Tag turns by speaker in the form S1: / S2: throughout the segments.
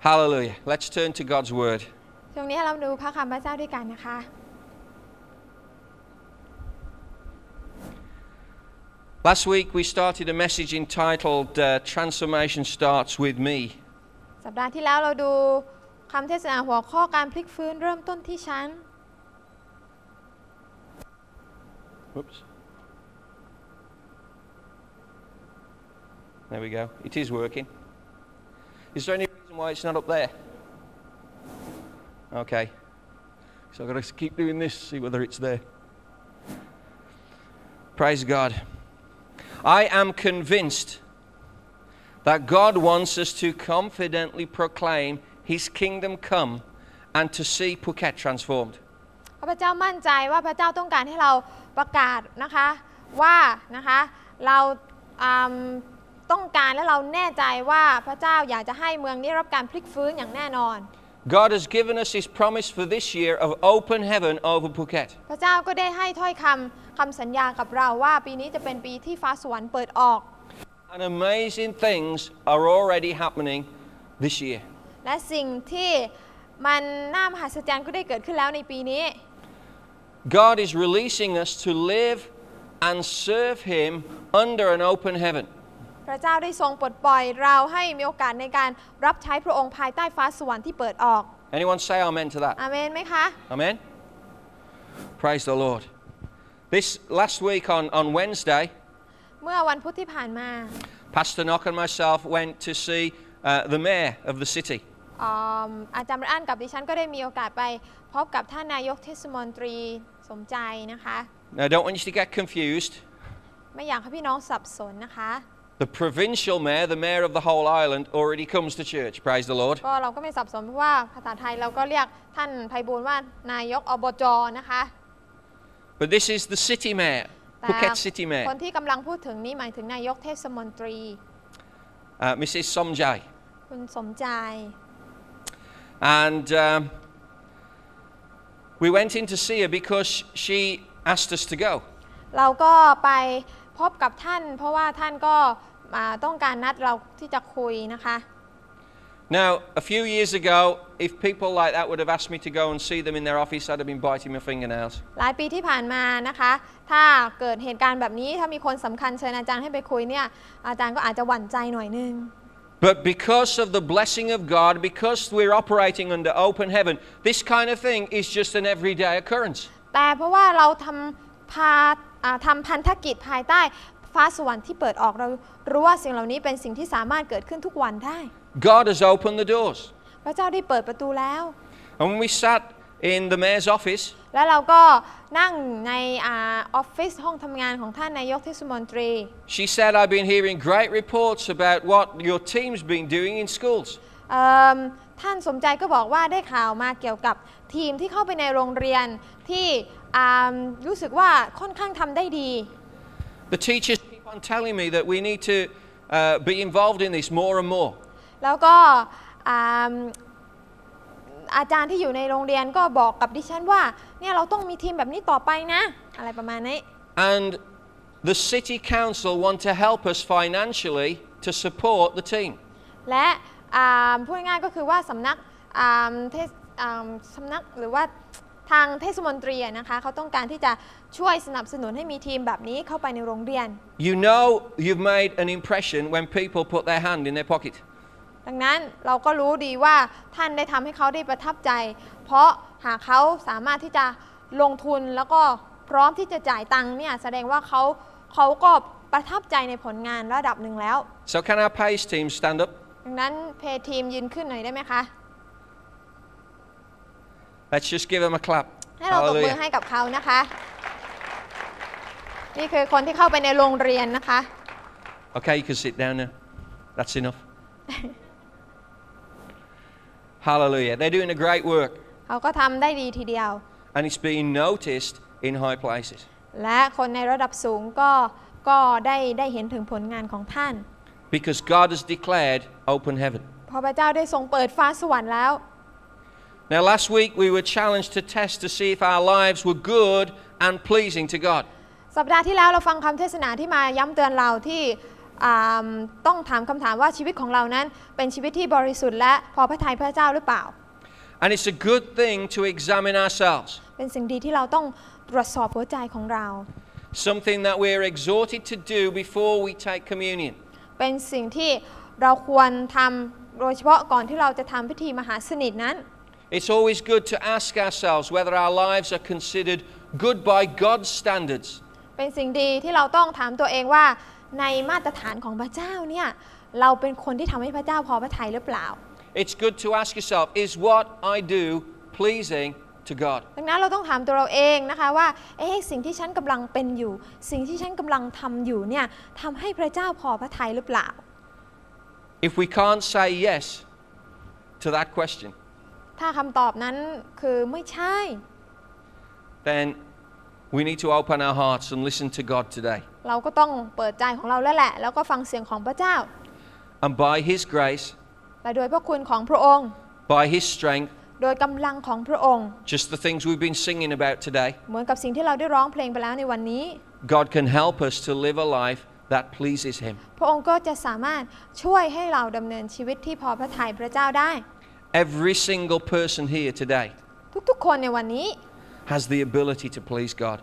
S1: Hallelujah. Let's turn to God's Word.
S2: ช่วงนี้เราดูพระคำพระเจ้าด้วยกันนะคะ
S1: Last week we started a message entitled uh, Transformation Starts With Me.
S2: สัปดาห์ที่แล้วเราดูคำเทศนาหัวข้อการพลิกฟื้นเริ่มต้นที่ฉัน
S1: Whoops. There we go. It is working. Is there any reason why it's not up there? Okay. So I've got to keep doing this, see whether it's there. Praise God. I am convinced that God wants us to confidently proclaim His kingdom come and to see Phuket transformed.
S2: ข้าพเจ้ามั่นใจว่าพระเจ้าต้องการให้เราประกาศนะคะว่านะคะเราอืมต้องการและเราแน่ใจว่าพระเจ้าอยากจะให้เมืองนี้รับการพลิกฟื้นอย่างแน่นอน
S1: God has given us His promise for this year of open heaven over Phuket.
S2: พระเจ้าก็ได้ให้ถ้อยคำคำสัญญากับเราว่าปีนี้จะเป็นปีที่ฟ้าสวรรค์เปิดออก
S1: And amazing things are already happening this year.
S2: และสิ่งที่มันน่ามหัศจรรย์ก็ได้เกิดขึ้นแล้วในปีนี้
S1: God is releasing us to live and serve Him under an open heaven.
S2: พระเจ้าได้ทรงปลดปล่อยเราให้มีโอกาสในการรับใช้พระองค์ภายใต้ฟ้าสวรรค์ที่เปิดออก
S1: Anyone say amen to that?
S2: อาเมนไหมคะ
S1: Amen? Praise the Lord. This last week on, on Wednesday,
S2: เมื่อวันพุธที่ผ่านมา
S1: Pastor Knock and myself went to see uh, the mayor of the city.
S2: อืมอาจารย์บรอันกับดิฉันก็ได้มีโอกาสไปพบกับท่านนายกเทศมนตรีสมใจนะคะ
S1: Now, I don't want you to get confused.
S2: ไม่อยากให้พี่น้องสับสนนะคะ
S1: The provincial mayor, the mayor of the whole island, already comes to church. Praise the Lord.
S2: ก็เราก็ไม่สับสนเพราะว่าภาษาไทยเราก็เรียกท่านไพบูลย์ว่านายกอบจนะคะ
S1: But this is the city mayor,
S2: แต่
S1: Phuket city mayor,
S2: คนที่กำลังพูดถึงนี้หมายถึงนายกเทศมนตรี
S1: uh, Mrs. Somjai.
S2: คุณสมใจ
S1: And um, we went in to see her because she asked us to go.
S2: เราก็ไปพบกับท่าน เพราะว่าท่านก็อ่าต้องการนัดเราที่จะคุยนะคะ
S1: Now, a few years ago, if people like that would have asked me to go and see them in their office, I'd have been biting my fingernails.
S2: หลายปีที่ผ่านมานะคะ ถ้าเกิดเหตุการณ์แบบนี้ถ้ามีคนสำคัญเชิญอาจารย์ให้ไปคุยเนี่ยอาจารย์ก็อาจจะหวั่นใจหน่อยนึง
S1: But because of the blessing of God, because we're operating under open heaven, this kind of thing is just an everyday occurrence.
S2: แต่เพราะว่าเราทำพาอ่าทำพันธกิจภายใต้ฟ้าสวรรค์ที่เปิดออกเรารู้ว่าสิ่งเหล่านี้เป็นสิ่งที่สามารถเกิดขึ้นทุกวันได้
S1: God has opened the doors.
S2: พระเจ้าได้เปิดประตูแล้ว
S1: And when we sat in the mayor's office,
S2: แล้วเราก็นั่งในอาออฟฟิศห้องทำงานของท่านนายกเทศมนตรี
S1: She said, I've been hearing great reports about what your team's been doing in schools.
S2: เอิ่มท่านสมใจก็บอกว่าได้ข่าวมาเกี่ยวกับทีมที่เข้าไปในโรงเรียนที่อ่ารู้สึกว่าค่อนข้างทำได้ดี
S1: The teachers keep on telling me that we need to uh, be involved in this more and more.
S2: แล้วก็อ่าอาจารย์ที่อยู่ในโรงเรียนก็บอกกับดิฉันว่าเนี่ยเราต้องมีทีมแบบนี้ต่อไปนะ อะไรประมาณนี้
S1: And the city council want to help us financially to support the team.
S2: และอ่าพูดง่ายๆก็คือว่าสำนักอ่าเทศอ่าสำนักหรือว่าทางเทศมนตรีอะนะคะเขาต้องการที่จะช่วยสนับสนุนให้มีทีมแบบนี้เข้าไปในโรงเรียน
S1: You know you've made an impression when people put their hand in their pocket.
S2: ดังนั้นเราก็รู้ดีว่าท่านได้ทำให้เขาได้ประทับใจ เพราะหากเขาสามารถที่จะลงทุนแล้วก็พร้อมที่จะจ่ายตังค์เนี่ยแสดงว่าเขาเขาก็ประทับใจในผลงานระดับหนึ่งแล้ว
S1: So can our PACE team stand up?
S2: ดังนั้นเพย์ทีมยืนขึ้นหน่อยได้ไหมคะ
S1: Let's just give them a clap.
S2: ให้เราตบมือให้กับเขานะคะ นี่คือคนที่เข้าไปในโรงเรียนนะคะ
S1: Okay, you can sit down now. That's enough. Hallelujah. They're doing a great work
S2: เขาก็ทำได้ดีทีเดียว
S1: and it's being noticed in high places.
S2: และคนในระดับสูงก็ก็ได้ได้เห็นถึงผลงานของท่าน
S1: Because God has declared open heaven.
S2: เพราะพระเจ้าได้ทรงเปิดฟ้าสวรรค์แล้ว
S1: Now, last week we were challenged to test to see if our lives were good and pleasing to God.
S2: สัปดาห์ที่แล้วเราฟังคำเทศนาที่มาย้ำเตือนเราที่ อ่าต้องถามคำถามว่าชีวิตของเรานั้นเป็นชีวิตที่บริสุทธิ์และพอพระทัยพระเจ้าหรือเปล่า
S1: And it's a good thing to examine ourselves,
S2: เป็นสิ่งดีที่เราต้องตรวจสอบหัวใจของเรา
S1: something that we're exhorted to do before we take communion.
S2: เป็นสิ่งที่เราควรทำโดยเฉพาะก่อนที่เราจะทำพิธีมหาสนิทนั้น
S1: It's always good to ask ourselves whether our lives are considered good by God's standards.
S2: เป็นสิ่งดีที่เราต้องถามตัวเองว่า ในมาตรฐานของพระเจ้าเนี่ยเราเป็นคนที่ทำให้พระเจ้าพอพระทัยหรือเปล่า
S1: It's good to ask yourself, is what I do pleasing to God?
S2: ดังนั้นเราต้องถามตัวเราเองนะคะว่า เอ๊ะสิ่งที่ฉันกำลังเป็นอยู่ สิ่งที่ฉันกำลังทำอยู่เนี่ยทำให้พระเจ้าพอพระทัยหรือเปล่า
S1: If we can't say yes to that question,
S2: ถ้าคำตอบนั้นคือไม่ใช่
S1: then we need to open our hearts and listen to God today.
S2: เราก็ต้องเปิดใจของเราแล้วแหละ แล้วก็ฟังเสียงของพระเจ้า
S1: And by His grace,
S2: และโดยพระคุณของพระองค์
S1: by His strength,
S2: โดยกำลังของพระองค์
S1: just the things we've been singing about today,
S2: เหมือนกับสิ่งที่เราได้ร้องเพลงไปแล้วในวันนี้
S1: God can help us to live a life that pleases Him.
S2: พระองค์ก็จะสามารถช่วยให้เราดำเนินชีวิตที่พอพระทัยพระเจ้าได้
S1: Every single person here today
S2: ทุกๆ คนในวันนี้
S1: has the ability to please God.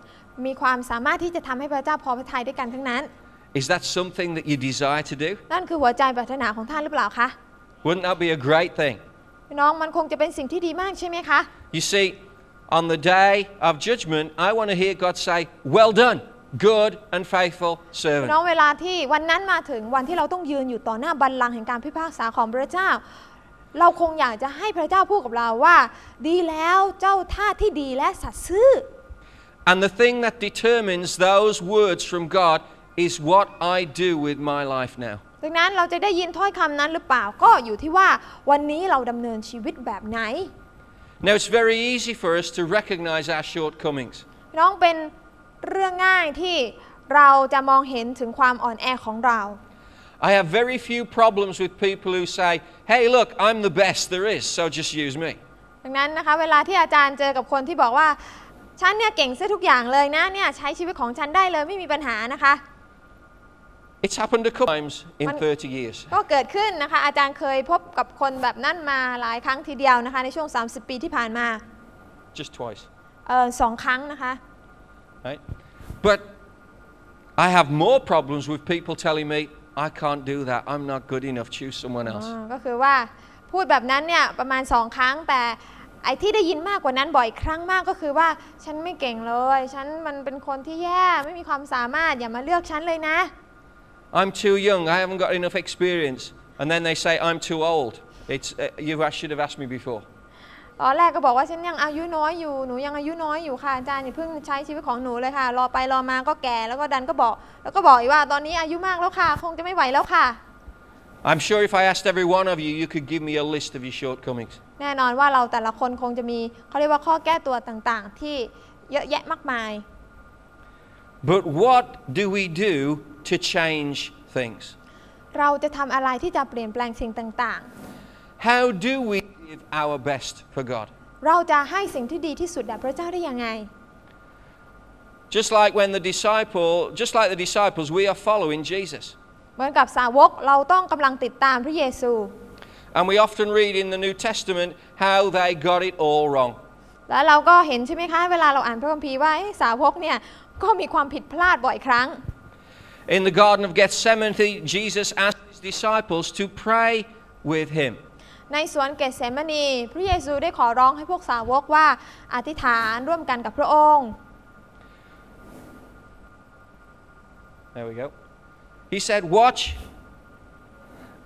S2: มีความสามารถที่จะทำให้พระเจ้าพอพระทัยด้วยกันทั้งนั้น
S1: Is that something that you desire to do?
S2: นั่นคือหัวใจปรารถนาของท่านหรือเปล่าคะ
S1: Wouldn't that be a great thing?
S2: พี่น้องมันคงจะเป็นสิ่งที่ดีมากใช่ไหมคะ
S1: You see, on the day of judgment, I want to hear God say, Well done, good and faithful
S2: พี่
S1: servant.
S2: น้องเวลาที่วันนั้นมาถึงวันที่เราต้องยืนอยู่ต่อหน้าบัลลังก์แห่งการพิพากษาของพระเจ้า เราคงอยากจะให้พระเจ้าพูดกับเราว่า ดีแล้วเจ้าท่าที่ดีและสัตย์ซื่อ
S1: And the thing that determines those words from God is what I do with my life now.
S2: ดังนั้นเราจะได้ยินถ้อยคำนั้นหรือเปล่าก็อยู่ที่ว่าวันนี้เราดำเนินชีวิตแบบไหน
S1: Now, it's very easy for us to recognize our shortcomings.
S2: พี่น้องเป็นเรื่องง่ายที่เราจะมองเห็นถึงความอ่อนแอของเรา
S1: I have very few problems with people who say, Hey, look, I'm the best there is, so just use me.
S2: ดังนั้นนะคะเวลาที่อาจารย์เจอกับคนที่บอกว่า ฉันเนี่ยเก่งซะทุกอย่างเลยนะเนี่ยใช้ชีวิตของฉันได้เลยไม่มีปัญหานะคะ
S1: It's happened a couple times in
S2: Man-
S1: 30 years.
S2: ก็เกิดขึ้นนะคะอาจารย์เคยพบกับคนแบบนั้นมาหลายครั้งทีเดียวนะคะในช่วง 30 ปีที่ผ่านมา
S1: Just twice,
S2: เออสองครั้งนะคะ
S1: right? But I have more problems with people telling me, I can't do that, I'm not good enough, choose someone else.
S2: อ่าก็คือว่าพูดแบบนั้นเนี่ยประมาณสองครั้งแต่ไอ้ที่ได้ยินมากกว่านั้นบ่อยครั้งมากก็คือว่าฉันไม่เก่งเลย ฉันมันเป็นคนที่แย่ไม่มีความสามารถอย่ามาเลือกฉันเลยนะ
S1: I'm too young, I haven't got enough experience. And then they say, I'm too old. It's, uh, you I should have asked me before.
S2: ตอนแรกก็บอกว่าฉันยังอายุน้อยอยู่หนูยังอายุน้อยอยู่ค่ะอาจารย์อย่าเพิ่งใช้ชีวิตของหนูเลยค่ะ รอไปรอมาก็แก่แล้วก็ดันก็บอก แล้วก็บอกอีกว่าตอนนี้อายุมากแล้วค่ะ คงจะไม่ไหวแล้วค่ะ
S1: I'm sure if I asked every one of you, you could give me a list of your shortcomings.
S2: แน่นอนว่าเราแต่ละคนคงจะมีเขาเรียกว่าข้อแก้ตัวต่างๆ ที่เยอะแยะมากมาย
S1: But what do we do to change things?
S2: เราจะทำอะไรที่จะเปลี่ยนแปลงสิ่งต่างๆ
S1: How do we give our best for God?
S2: เราจะให้สิ่งที่ดีที่สุดแด่พระเจ้าได้ยังไง
S1: Just like when the disciple, just like the disciples, we are following Jesus.
S2: เหมือนกับสาวกเราต้องกำลังติดตามพระเยซู
S1: And we often read in the New Testament how they got it all wrong.
S2: แล้วเราก็เห็นใช่ไหมคะ เวลาเราอ่านพระคัมภีร์ว่าเอ๊ะสาวกเนี่ยก็มีความผิดพลาดบ่อยครั้ง
S1: In the Garden of Gethsemane, Jesus asked his disciples to pray with him.
S2: ในสวนเกตเสมานี พระเยซูได้ขอร้องให้พวกสาวกว่าอธิษฐานร่วมกันกับพระองค์
S1: There we go. He said, Watch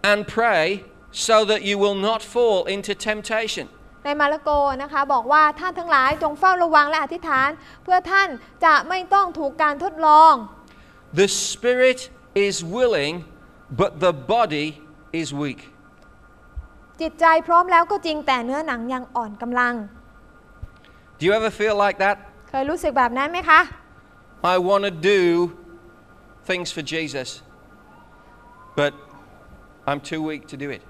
S1: and pray so that you will not fall into temptation.
S2: ในมาระโกนะคะบอกว่าท่านทั้งหลายจงเฝ้าระวังและอธิษฐาน เพื่อท่านจะไม่ต้องถูกการทดลอง
S1: The spirit is willing, but the body is weak.
S2: จิตใจพร้อมแล้วก็จริงแต่เนื้อหนังยังอ่อนกำลัง
S1: Do you ever feel like that?
S2: เคยรู้สึกแบบนั้นไหมคะ
S1: I want to do things for Jesus, but I'm too weak to do it.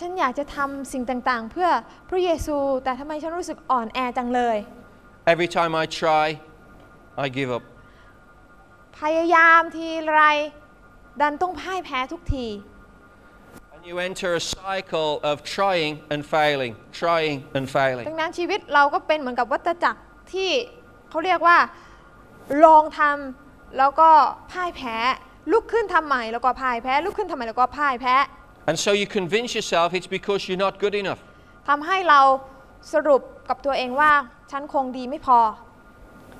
S2: ฉันอยากจะทำสิ่งต่างๆ เพื่อพระเยซูแต่ทำไมฉันรู้สึกอ่อนแอจังเลย
S1: Every time I try, I give up.
S2: พยายามทีไร ดันต้องพ่ายแพ้ทุกที
S1: And you enter a cycle of trying and failing, trying and
S2: ดั
S1: failing.
S2: งนั้นชีวิตเราก็เป็นเหมือนกับวัฏจักรที่เขาเรียกว่าลองทำแล้วก็พ่ายแพ้ ลุกขึ้นทำใหม่แล้วก็พ่ายแพ้ ลุกขึ้นทำใหม่แล้วก็พ่ายแพ้
S1: And so you convince yourself it's because you're not good enough.
S2: ทำให้เราสรุปกับตัวเองว่าฉันคงดีไม่พอ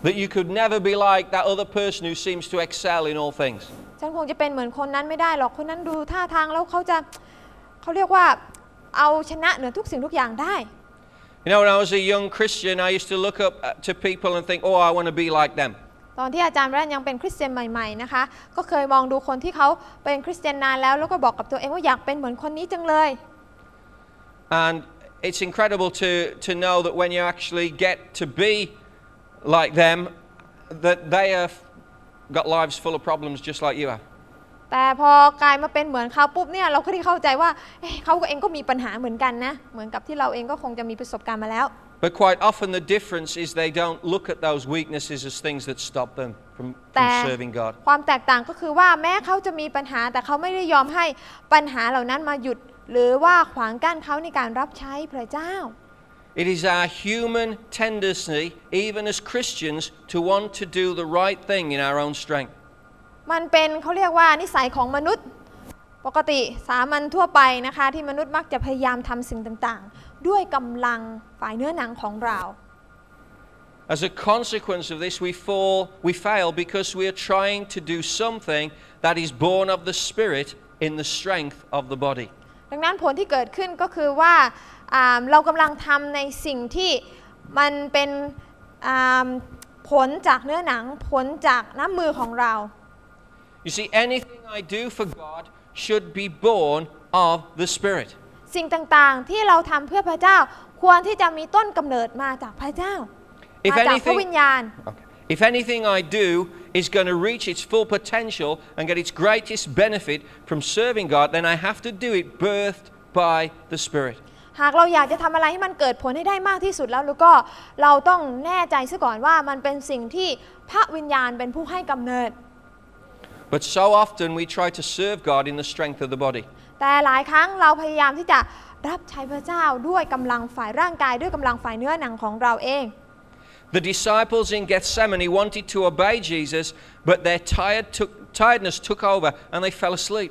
S1: That you could never be like that other person who seems to excel in all things.
S2: ฉันคงจะเป็นเหมือนคนนั้นไม่ได้หรอกคนนั้นดูท่าทางแล้วเขาจะเขาเรียกว่าเอาชนะเหนือทุกสิ่งทุกอย่างได้
S1: You know, when I was a young Christian, I used to look up uh, to people and think, oh, I want to be like them.
S2: ตอนที่อาจารย์แรนยังเป็นคริสเตียนใหม่ๆนะคะ ก็เคยมองดูคนที่เขาเป็นคริสเตียนนานแล้ว แล้วก็บอกกับตัวเองว่าอยากเป็นเหมือนคนนี้จังเลย
S1: And it's incredible to, to know that when you actually get to be like them, that they have got lives full of problems just like you have.
S2: แต่พอกลายมาเป็นเหมือนเขาปุ๊บเนี่ยเราก็ได้เข้าใจว่าเอ้ยเขาเองก็มีปัญหาเหมือนกันนะ เหมือนกับที่เราเองก็คงจะมีประสบการณ์มาแล้ว
S1: But quite often the difference is they don't look at those weaknesses as things that stop them from,
S2: แต่
S1: from serving God.
S2: ความแตกต่างก็คือว่าแม้เขาจะมีปัญหา แต่เขาไม่ได้ยอมให้ปัญหาเหล่านั้นมาหยุด หรือว่าขวางกั้นเขาในการรับใช้พระเจ้า
S1: It is our human tendency, even as Christians, to want to do the right thing in our own strength.
S2: มันเป็นเขาเรียกว่านิสัยของมนุษย์ ปกติสามัญทั่วไปนะคะ ที่มนุษย์มักจะพยายามทำสิ่งต่างๆ ด้วยกำลังฝ่ายเนื้อหนังของเรา
S1: As a consequence of this, we fall, we fail because we are trying to do something that is born of the Spirit in the strength of the body.
S2: ดังนั้นผลที่เกิดขึ้นก็คือว่าอ่าเรากำลังทำในสิ่งที่มันเป็นอ่าผลจากเนื้อหนังผลจากน้ำมือของเรา
S1: You see, anything I do for God should be born of the Spirit.
S2: สิ่งต่างๆที่เราทำเพื่อพระเจ้า ควรที่จะมีต้นกำเนิดมาจากพระเจ้า
S1: If
S2: มาจากพระ
S1: anything-
S2: วิญญาณ
S1: Okay. If anything I do is going to reach its full potential and get its greatest benefit from serving God, then I have to do it birthed by the Spirit.
S2: หากเราอยากจะทำอะไรให้มันเกิดผลให้ได้มากที่สุดแล้วแล้วก็เราต้องแน่ใจซะก่อนว่ามันเป็นสิ่งที่พระวิญญาณเป็นผู้ให้กำเนิด
S1: But so often we try to serve God in the strength of the body.
S2: แต่หลายครั้งเราพยายามที่จะรับใช้พระเจ้าด้วยกำลังฝ่ายร่างกายด้วยกำลังฝ่ายเนื้อหนังของเราเอง
S1: The disciples in Gethsemane wanted to obey Jesus, but their tired took, tiredness took over and they fell asleep.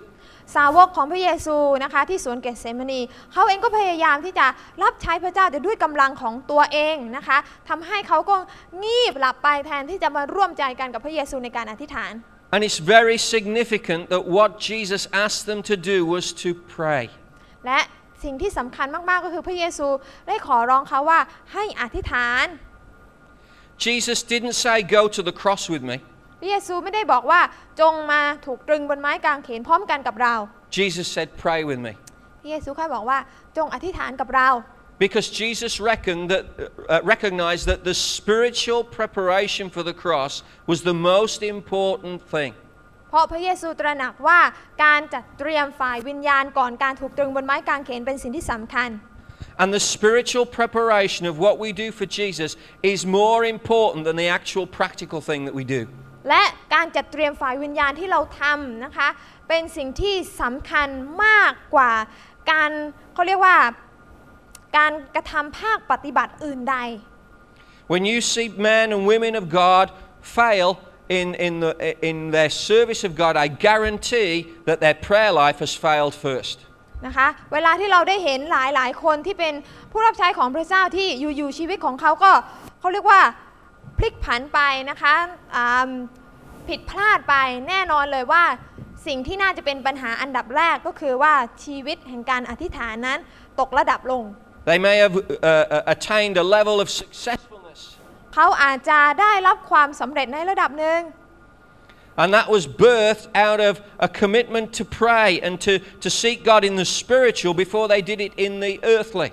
S2: สาวกของพระเยซูนะคะ ที่สวนเกตเซมานีเขาเองก็พยายามที่จะรับใช้พระเจ้าแต่ด้วยกำลังของตัวเองนะคะทำให้เขาก็งีบหลับไปแทนที่จะมาร่วมใจกันกับพระเยซูในการอธิษฐาน
S1: And it's very significant that what Jesus asked them to do was to pray.
S2: และสิ่งที่สำคัญมาก ๆ ก็คือพระเยซูได้ขอร้องเขาว่าให้อธิษฐาน
S1: Jesus didn't say, Go to the cross with me.
S2: พระเยซูไม่ได้บอกว่าจงมาถูกตรึงบนไม้กางเขนพร้อมกันกับเรา
S1: Jesus said, Pray with me.
S2: พระเยซูแค่บอกว่าจงอธิษฐานกับเรา
S1: Because Jesus reckoned that, uh, recognized that the spiritual preparation for the cross was the most important thing.
S2: เพราะพระเยซูตระหนักว่าการจัดเตรียมฝ่ายวิญญาณก่อนการถูกตรึงบนไม้กางเขนเป็นสิ่งที่สำคัญ
S1: And the spiritual preparation of what we do for Jesus is more important than the actual practical thing that we do.
S2: และการจัดเตรียมฝ่ายวิญญาณที่เราทำนะคะ เป็นสิ่งที่สำคัญมากกว่าการเขาเรียกว่าการกระทำภาคปฏิบัติอื่นใด
S1: When you see men and women of God fail in, in, the, in their service of God, I guarantee that their prayer life has failed first.
S2: นะคะเวลาที่เราได้เห็นหลายหลายๆคนที่เป็นผู้รับใช้ของพระเจ้าที่อยู่ๆชีวิตของเขาก็เขาเรียกว่าพลิกผันไปนะคะอ่าผิดพลาดไปแน่นอนเลยว่า สิ่งที่น่าจะเป็นปัญหาอันดับแรกก็คือว่าชีวิตแห่งการอธิษฐานนั้นตกระดับลง
S1: They may have uh, uh, attained a level of successfulness,
S2: เขาอาจจะได้รับความสำเร็จในระดับหนึ่ง
S1: and that was birthed out of a commitment to pray and to, to seek God in the spiritual before they did it in the earthly.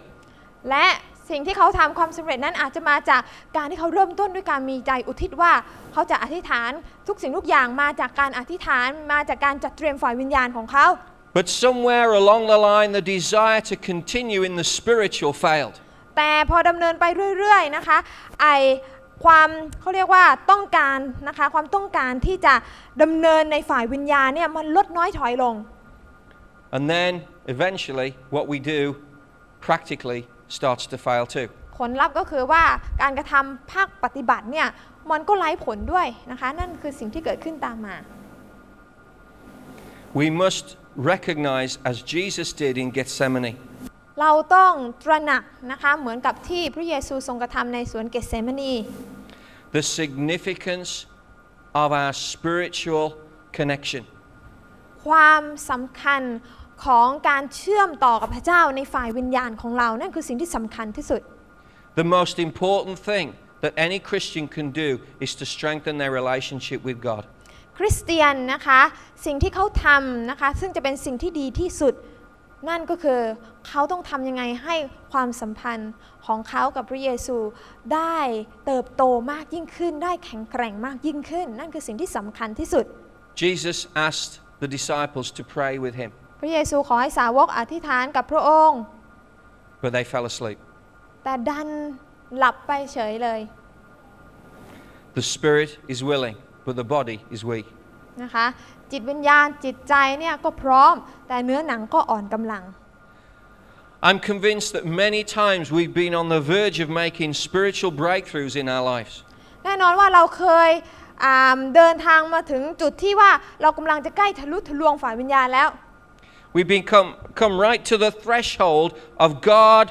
S2: และสิ่งที่เขาทำความสำเร็จนั้นอาจจะมาจากการที่เขาเริ่มต้นด้วยการมีใจอุทิศว่าเขาจะอธิษฐานทุกสิ่งทุกอย่างมาจากการอธิษฐานมาจากการจัดเตรียมฝ่ายวิญญาณของเขา
S1: But somewhere along the line, the desire to continue in the spiritual failed.
S2: แต่พอดำเนินไปเรื่อยๆนะคะไอ ความเขาเรียกว่าต้องการนะคะ ความต้องการที่จะดำเนินในฝ่ายวิญญาณเนี่ยมันลดน้อยถอยลง
S1: And then eventually, what we do practically starts to fail too.
S2: ผลลัพธ์ก็คือว่าการกระทำภาคปฏิบัติเนี่ยมันก็ไร้ผลด้วยนะคะ นั่นคือสิ่งที่เกิดขึ้นตามมา
S1: We must recognize, as Jesus did in Gethsemane,
S2: เราต้องตระหนักนะคะเหมือนกับที่พระเยซูทรงกระทำในสวนเกสเซมานี
S1: the significance of our spiritual connection.
S2: ความสำคัญของการเชื่อมต่อกับพระเจ้าในฝ่ายวิญญาณของเรา นั่นคือสิ่งที่สำคัญที่สุด
S1: The most important thing that any Christian can do is to strengthen their relationship with God.
S2: คริสเตียนนะคะ สิ่งที่เขาทำนะคะ ซึ่งจะเป็นสิ่งที่ดีที่สุด นั่นก็คือเขาต้องทำยังไงให้ความสัมพันธ์ของเขากับพระเยซูได้เติบโตมากยิ่งขึ้น ได้แข็งแกร่งมากยิ่งขึ้น นั่นคือสิ่งที่สำคัญที่สุด
S1: Jesus asked the disciples to pray with him,
S2: พระเยซูขอให้สาวกอธิษฐานกับพระองค์
S1: but they fell asleep.
S2: แต่ดันหลับไปเฉยเลย
S1: The spirit is willing, but the body is weak.
S2: นะคะ จิตวิญญาณจิตใจเนี่ยก็พร้อม แต่เนื้อหนังก็อ่อนกำลัง
S1: I'm convinced that many times we've been on the verge of making spiritual breakthroughs in our lives.
S2: แน่นอนว่าเราเคยอ่าเดินทางมาถึงจุดที่ว่าเรากำลังจะใกล้ทะลุทะลวงฝ่ายวิญญาณแล้ว
S1: We've been come, come right to the threshold of God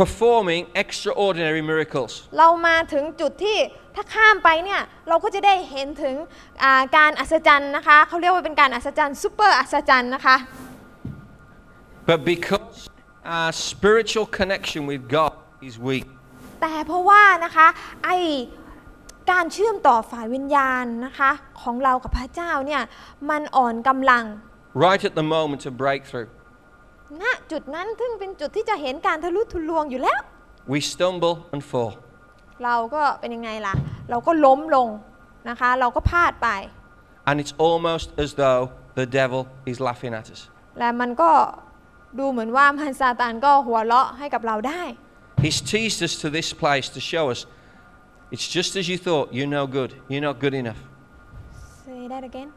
S1: performing extraordinary miracles.
S2: เรามาถึงจุดที่ถ้าข้ามไปเนี่ยเราก็จะได้เห็นถึงอ่าการอัศจรรย์นะคะเขาเรียกว่าเป็นการอัศจรรย์ซูเปอร์อัศจรรย์นะคะ
S1: But because our spiritual connection with God is weak,
S2: แต่เพราะว่านะคะไอการเชื่อมต่อฝ่ายวิญญาณนะคะของเรากับพระเจ้าเนี่ยมันอ่อนกำลัง
S1: right at the moment of breakthrough,
S2: ณจุดนั้นซึ่งเป็นจุดที่จะเห็นการทะลุทะลวงอยู่แล้ว
S1: we stumble and fall.
S2: เราก็เป็นยังไงล่ะ เราก็ล้มลงนะคะ เราก็พลาดไป
S1: And it's almost as though the devil is laughing at us.
S2: และมันก็ดูเหมือนว่ามัน ซาตานก็หัวเราะให้กับเราได้
S1: He's teased us to this place to show us it's just as you thought, you're no good, you're not good enough.
S2: Say that again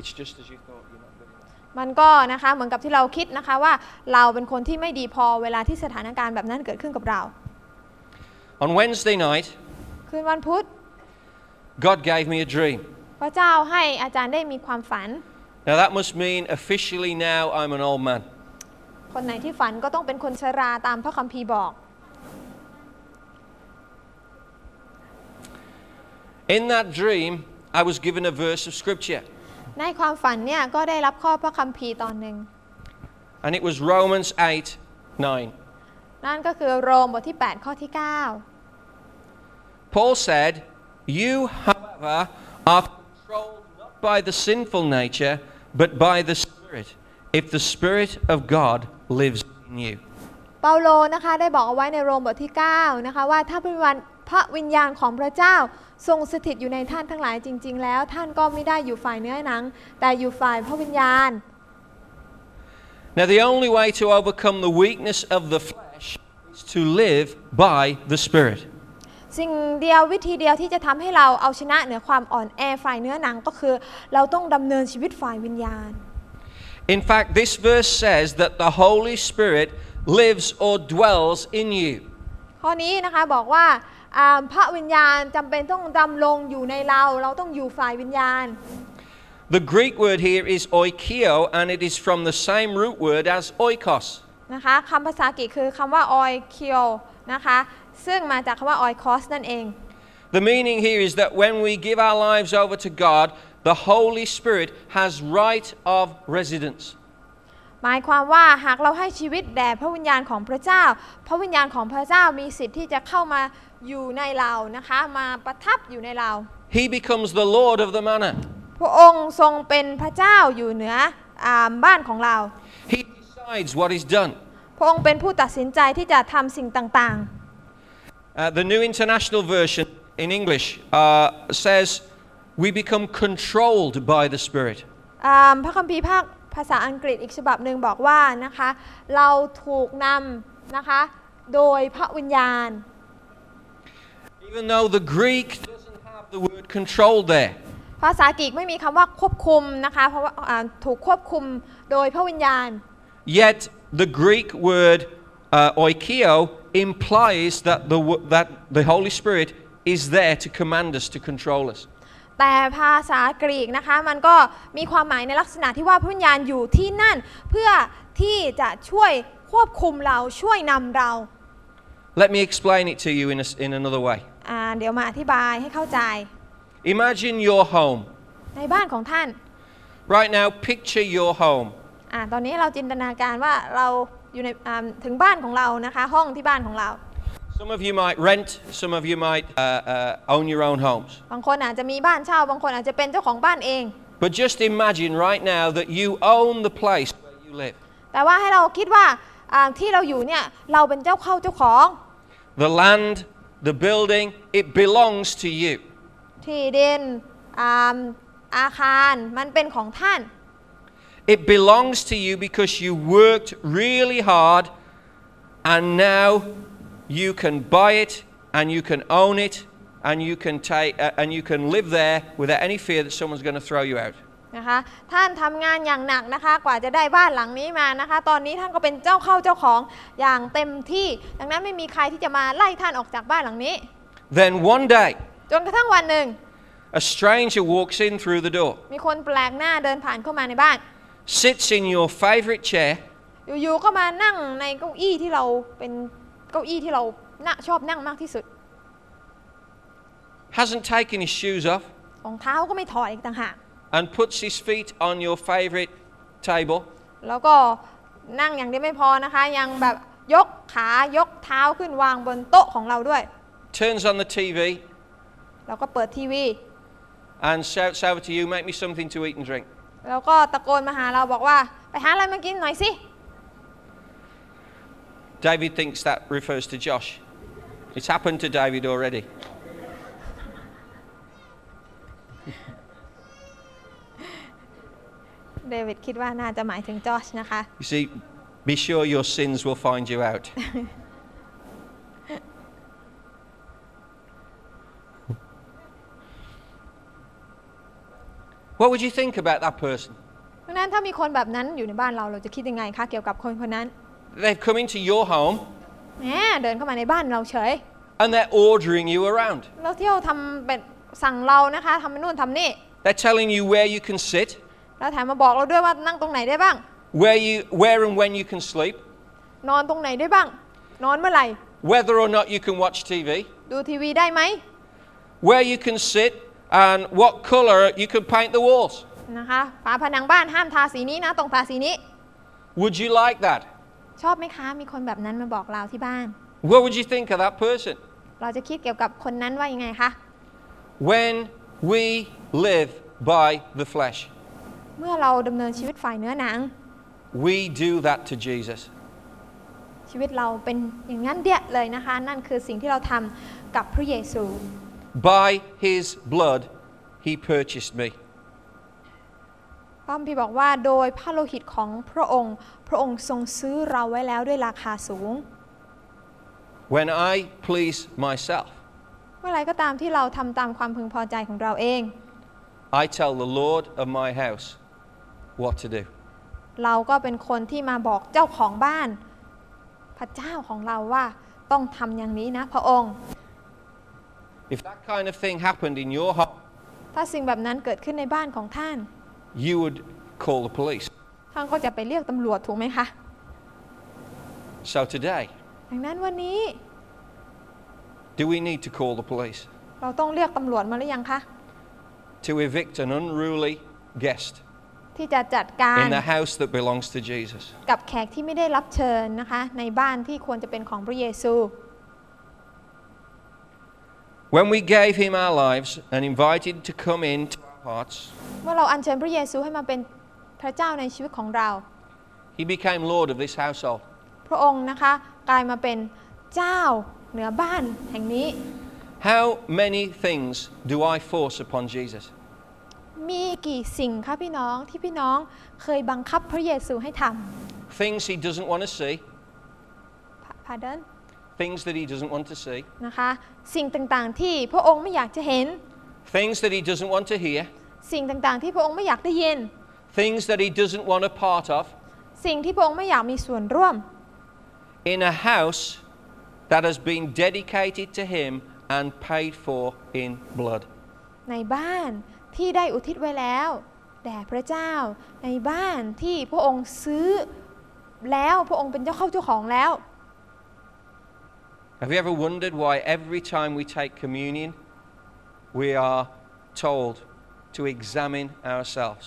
S1: It's just as you thought, you're not good enough.
S2: มันก็นะคะเหมือนกับที่เราคิดนะคะว่าเราเป็นคนที่ไม่ดีพอเวลาที่สถานการณ์แบบนั้นเกิดขึ้นกับเรา
S1: On Wednesday night,
S2: คืนวันพุธ
S1: God gave me a dream.
S2: พระเจ้าให้อาจารย์ได้มีความฝัน
S1: Now, that must mean officially now I'm an old man.
S2: คนไหนที่ฝันก็ต้องเป็นคนชราตามพระคัมภีร์บอก
S1: In that dream, I was given a verse of scripture,
S2: ในความฝันเนี่ยก็ได้รับข้อพระคัมภีร์ตอนหนึ่ง
S1: and it was Romans 8 9.
S2: นั่นก็คือโรมบทที่ 8 ข้อที่
S1: Paul said, You, however, are controlled not by the sinful nature, but by the Spirit, if the Spirit of God lives in you.
S2: 9 เปาโลนะคะได้บอกเอาไว้ในโรมบทที่ 9 นะคะว่าถ้าเป็นวันพระวิญญาณของพระเจ้าทรงสถิตอยู่ในท่านทั้งหลายจริง ๆ แล้ว ท่านก็ไม่ได้อยู่ฝ่ายเนื้อหนัง แต่อยู่ฝ่ายพระวิญญาณ
S1: Now, the only way to overcome the weakness of the flesh is to live by the Spirit.
S2: สิ่งเดียววิธีเดียวที่จะทำให้เราเอาชนะเหนือความอ่อนแอฝ่ายเนื้อหนังก็คือ เราต้องดำเนินชีวิตฝ่ายวิญญาณ
S1: In fact, this verse says that the Holy Spirit lives or dwells in you.
S2: ข้อนี้นะคะบอกว่าอ่าพระวิญญาณจำเป็นต้องดำรงอยู่ในเรา เราต้องอยู่ฝ่ายวิญญาณ
S1: The Greek word here is oikio, and it is from the same root word as oikos.
S2: นะคะคำภาษาอังกฤษคือคำว่า oikio นะคะ ซึ่งมาจากคำว่า oikos นั่นเอง
S1: The meaning here is that when we give our lives over to God, the Holy Spirit has right of residence.
S2: หมายความว่าหากเราให้ชีวิตแด่พระวิญญาณของพระเจ้า พระวิญญาณของพระเจ้ามีสิทธิ์ที่จะเข้ามาอยู่ในเรานะคะ มาประทับอยู่ในเรา
S1: He becomes the Lord of the manor.
S2: พระองค์ทรงเป็นพระเจ้าอยู่เหนืออาบ้านของเรา
S1: He decides what is done.
S2: พระองค์เป็นผู้ตัดสินใจที่จะทำสิ่งต่าง
S1: Uh, the New International Version in English uh, says, We become controlled by the Spirit.
S2: ๆอ่าพระคัมภีร์ภาคภาษาอังกฤษอีกฉบับหนึ่งบอกว่านะคะ เราถูกนำนะคะ โดยพระวิญญาณ
S1: Even though the Greek doesn't have the word control there,
S2: ภาษาอังกฤษไม่มีคำว่าควบคุมนะคะ เพราะว่าอ่าถูกควบคุมโดยพระวิญญาณ
S1: yet the Greek word uh, oikio implies that the, wo- that the Holy Spirit is there to command us, to control us.
S2: แต่ภาษากรีกนะคะมันก็มีความหมายในลักษณะที่ว่าพระวิญญาณอยู่ที่นั่น เพื่อที่จะช่วยควบคุมเราช่วยนำเรา
S1: Let me explain it to you in, a s in another way.
S2: อ่าเดี๋ยวมาอธิบายให้เข้าใจ
S1: Imagine your home.
S2: ในบ้านของท่าน
S1: Right now, picture your home.
S2: อาตอนนี้เราจินตนาการว่าเราอยู่ในอ่าถึงบ้านของเรานะคะ ห้องที่บ้านของเรา
S1: Some of you might rent, some of you might uh, uh, own your own homes.
S2: บางคนอาจจะมีบ้านเช่า บางคนอาจจะเป็นเจ้าของบ้านเอง
S1: But just imagine right now that you own the place where you live.
S2: แต่ว่าให้เราคิดว่าอ่าที่เราอยู่เนี่ยเราเป็นเจ้าเข้าเจ้าของ
S1: The land, the building, it belongs to you.
S2: ที่ดินอาอาคารมันเป็นของท่าน
S1: It belongs to you because you worked really hard and now you can buy it and you can own it and you can take uh, and you can live there without any fear that someone's going to throw you out.
S2: นะคะท่านทำงานอย่างหนักนะคะ กว่าจะได้บ้านหลังนี้มานะคะ ตอนนี้ท่านก็เป็นเจ้าเข้าเจ้าของอย่างเต็มที่ ดังนั้นไม่มีใครที่จะมาไล่ท่านออกจากบ้านหลังนี้
S1: Then one day
S2: จนกระทั่งวันหนึ่ง
S1: a stranger walks in through the door,
S2: มีคนแปลกหน้าเดินผ่านเข้ามาในบ้าน
S1: sits in your favorite chair
S2: อยู่ๆก็มานั่งในเก้าอี้ที่เราเป็นเก้าอี้ที่เราน่ะชอบนั่งมากที่สุด
S1: hasn't taken his shoes off,
S2: รองเท้าก็ไม่ถอดอีกต่างหาก
S1: and puts his feet on your favorite table
S2: แล้วก็นั่งอย่างเดียวไม่พอนะคะ ยังแบบยกขายกเท้าขึ้นวางบนโต๊ะของเราด้วย
S1: turns on the TV,
S2: แล้วก็เปิดทีวี
S1: and shouts over to you, Make me something to eat and drink.
S2: แล้วก็ตะโกนมาหาเราบอกว่า ไปหาอะไรมากินหน่อยสิ
S1: David thinks that refers to Josh. It's happened to David already.
S2: เดวิดคิดว่าน่าจะหมายถึงจอชนะคะ
S1: You see, be sure your sins will find you out. what would you think about that person?
S2: เพราะฉะนั้นถ้ามีคนแบบนั้นอยู่ในบ้านเราเราจะคิดยังไงคะเกี่ยวกับคนคนนั้น
S1: They've come into your home
S2: แหมเดินเข้ามาในบ้านเราเฉย
S1: and they're ordering you around.
S2: เราเที่ยวทำเป็นสั่งเรานะคะทำนู่นทำนี่
S1: They're telling you where you can sit,
S2: แล้วแถมมาบอกเราด้วยว่านั่งตรงไหนได้บ้าง
S1: where, you, where and when you can sleep,
S2: นอนตรงไหนได้บ้าง นอนเมื่อไหร่
S1: whether or not you can watch TV,
S2: ดูทีวีได้ไหม
S1: where you can sit, and what colour you can paint the walls.
S2: นะคะฝาผนังบ้านห้ามทาสีนี้นะต้องทาสีนี้
S1: Would you like that?
S2: ชอบไหมคะ มีคนแบบนั้นมาบอกเราที่บ้าน
S1: What would you think of that person?
S2: เราจะคิดเกี่ยวกับคนนั้นว่ายังไงคะ
S1: When we live by the flesh,
S2: เมื่อเราดำเนินชีวิตฝ่ายเนื้อหนัง
S1: we do that to Jesus.
S2: ชีวิตเราเป็นอย่างนั้นเดียเลยนะคะ นั่นคือสิ่งที่เราทำกับพระเยซู
S1: By his blood, he purchased me.
S2: พระคัมพี่บอกว่าโดยพระโลหิตของพระองค์ พระองค์ทรงซื้อเราไว้แล้วด้วยราคาสูง
S1: When I please myself,
S2: เมื่อไรก็ตามที่เราทำตามความพึงพอใจของเราเอง
S1: I tell the Lord of my house what to do.
S2: เราก็เป็นคนที่มาบอกเจ้าของบ้าน พระเจ้าของเราว่าต้องทำอย่างนี้นะพระองค์
S1: If that kind of thing happened in your home,
S2: ถ้าสิ่งแบบนั้นเกิดขึ้นในบ้านของท่าน
S1: you would call the police.
S2: ท่านก็จะไปเรียกตำรวจถูกไหมคะ
S1: So today,
S2: ดังนั้นวันนี้
S1: do we need to call the police
S2: เราต้องเรียกตำรวจมาหรือยังคะ
S1: to evict an unruly guest
S2: ที่จะจัดการ
S1: in the house that belongs to Jesus?
S2: กับแขกที่ไม่ได้รับเชิญนะคะ ในบ้านที่ควรจะเป็นของพระเยซู
S1: When we gave him our lives and invited him to come into our hearts,
S2: เมื่อเราอัญเชิญพระเยซูให้มาเป็นพระเจ้าในชีวิตของเรา
S1: he became Lord of this household.
S2: พระองค์นะคะกลายมาเป็นเจ้าเหนือบ้านแห่งนี้
S1: How many things do I force upon Jesus?
S2: มีกี่สิ่งคะพี่น้องที่พี่น้องเคยบังคับพระเยซูให้ท
S1: Things he doesn't want to see,
S2: ำ pardon
S1: things that he doesn't want to see,
S2: นะคะ สิ่งต่างๆที่พระองค์ไม่อยากจะเห็น
S1: things that he doesn't want to hear,
S2: สิ่งต่างๆที่พระองค์ไม่อยากได้ยิน
S1: things that he doesn't want a part of,
S2: สิ่งที่พระองค์ไม่อยากมีส่วนร่วม
S1: in a house that has been dedicated to him and paid for in blood.
S2: ในบ้านที่ได้อุทิศไว้แล้วแด่พระเจ้า ในบ้านที่พระองค์ซื้อแล้วพระองค์เป็นเจ้าเข้าเจ้าของแล้ว
S1: Have you ever wondered why every time we take communion, we are told to examine ourselves?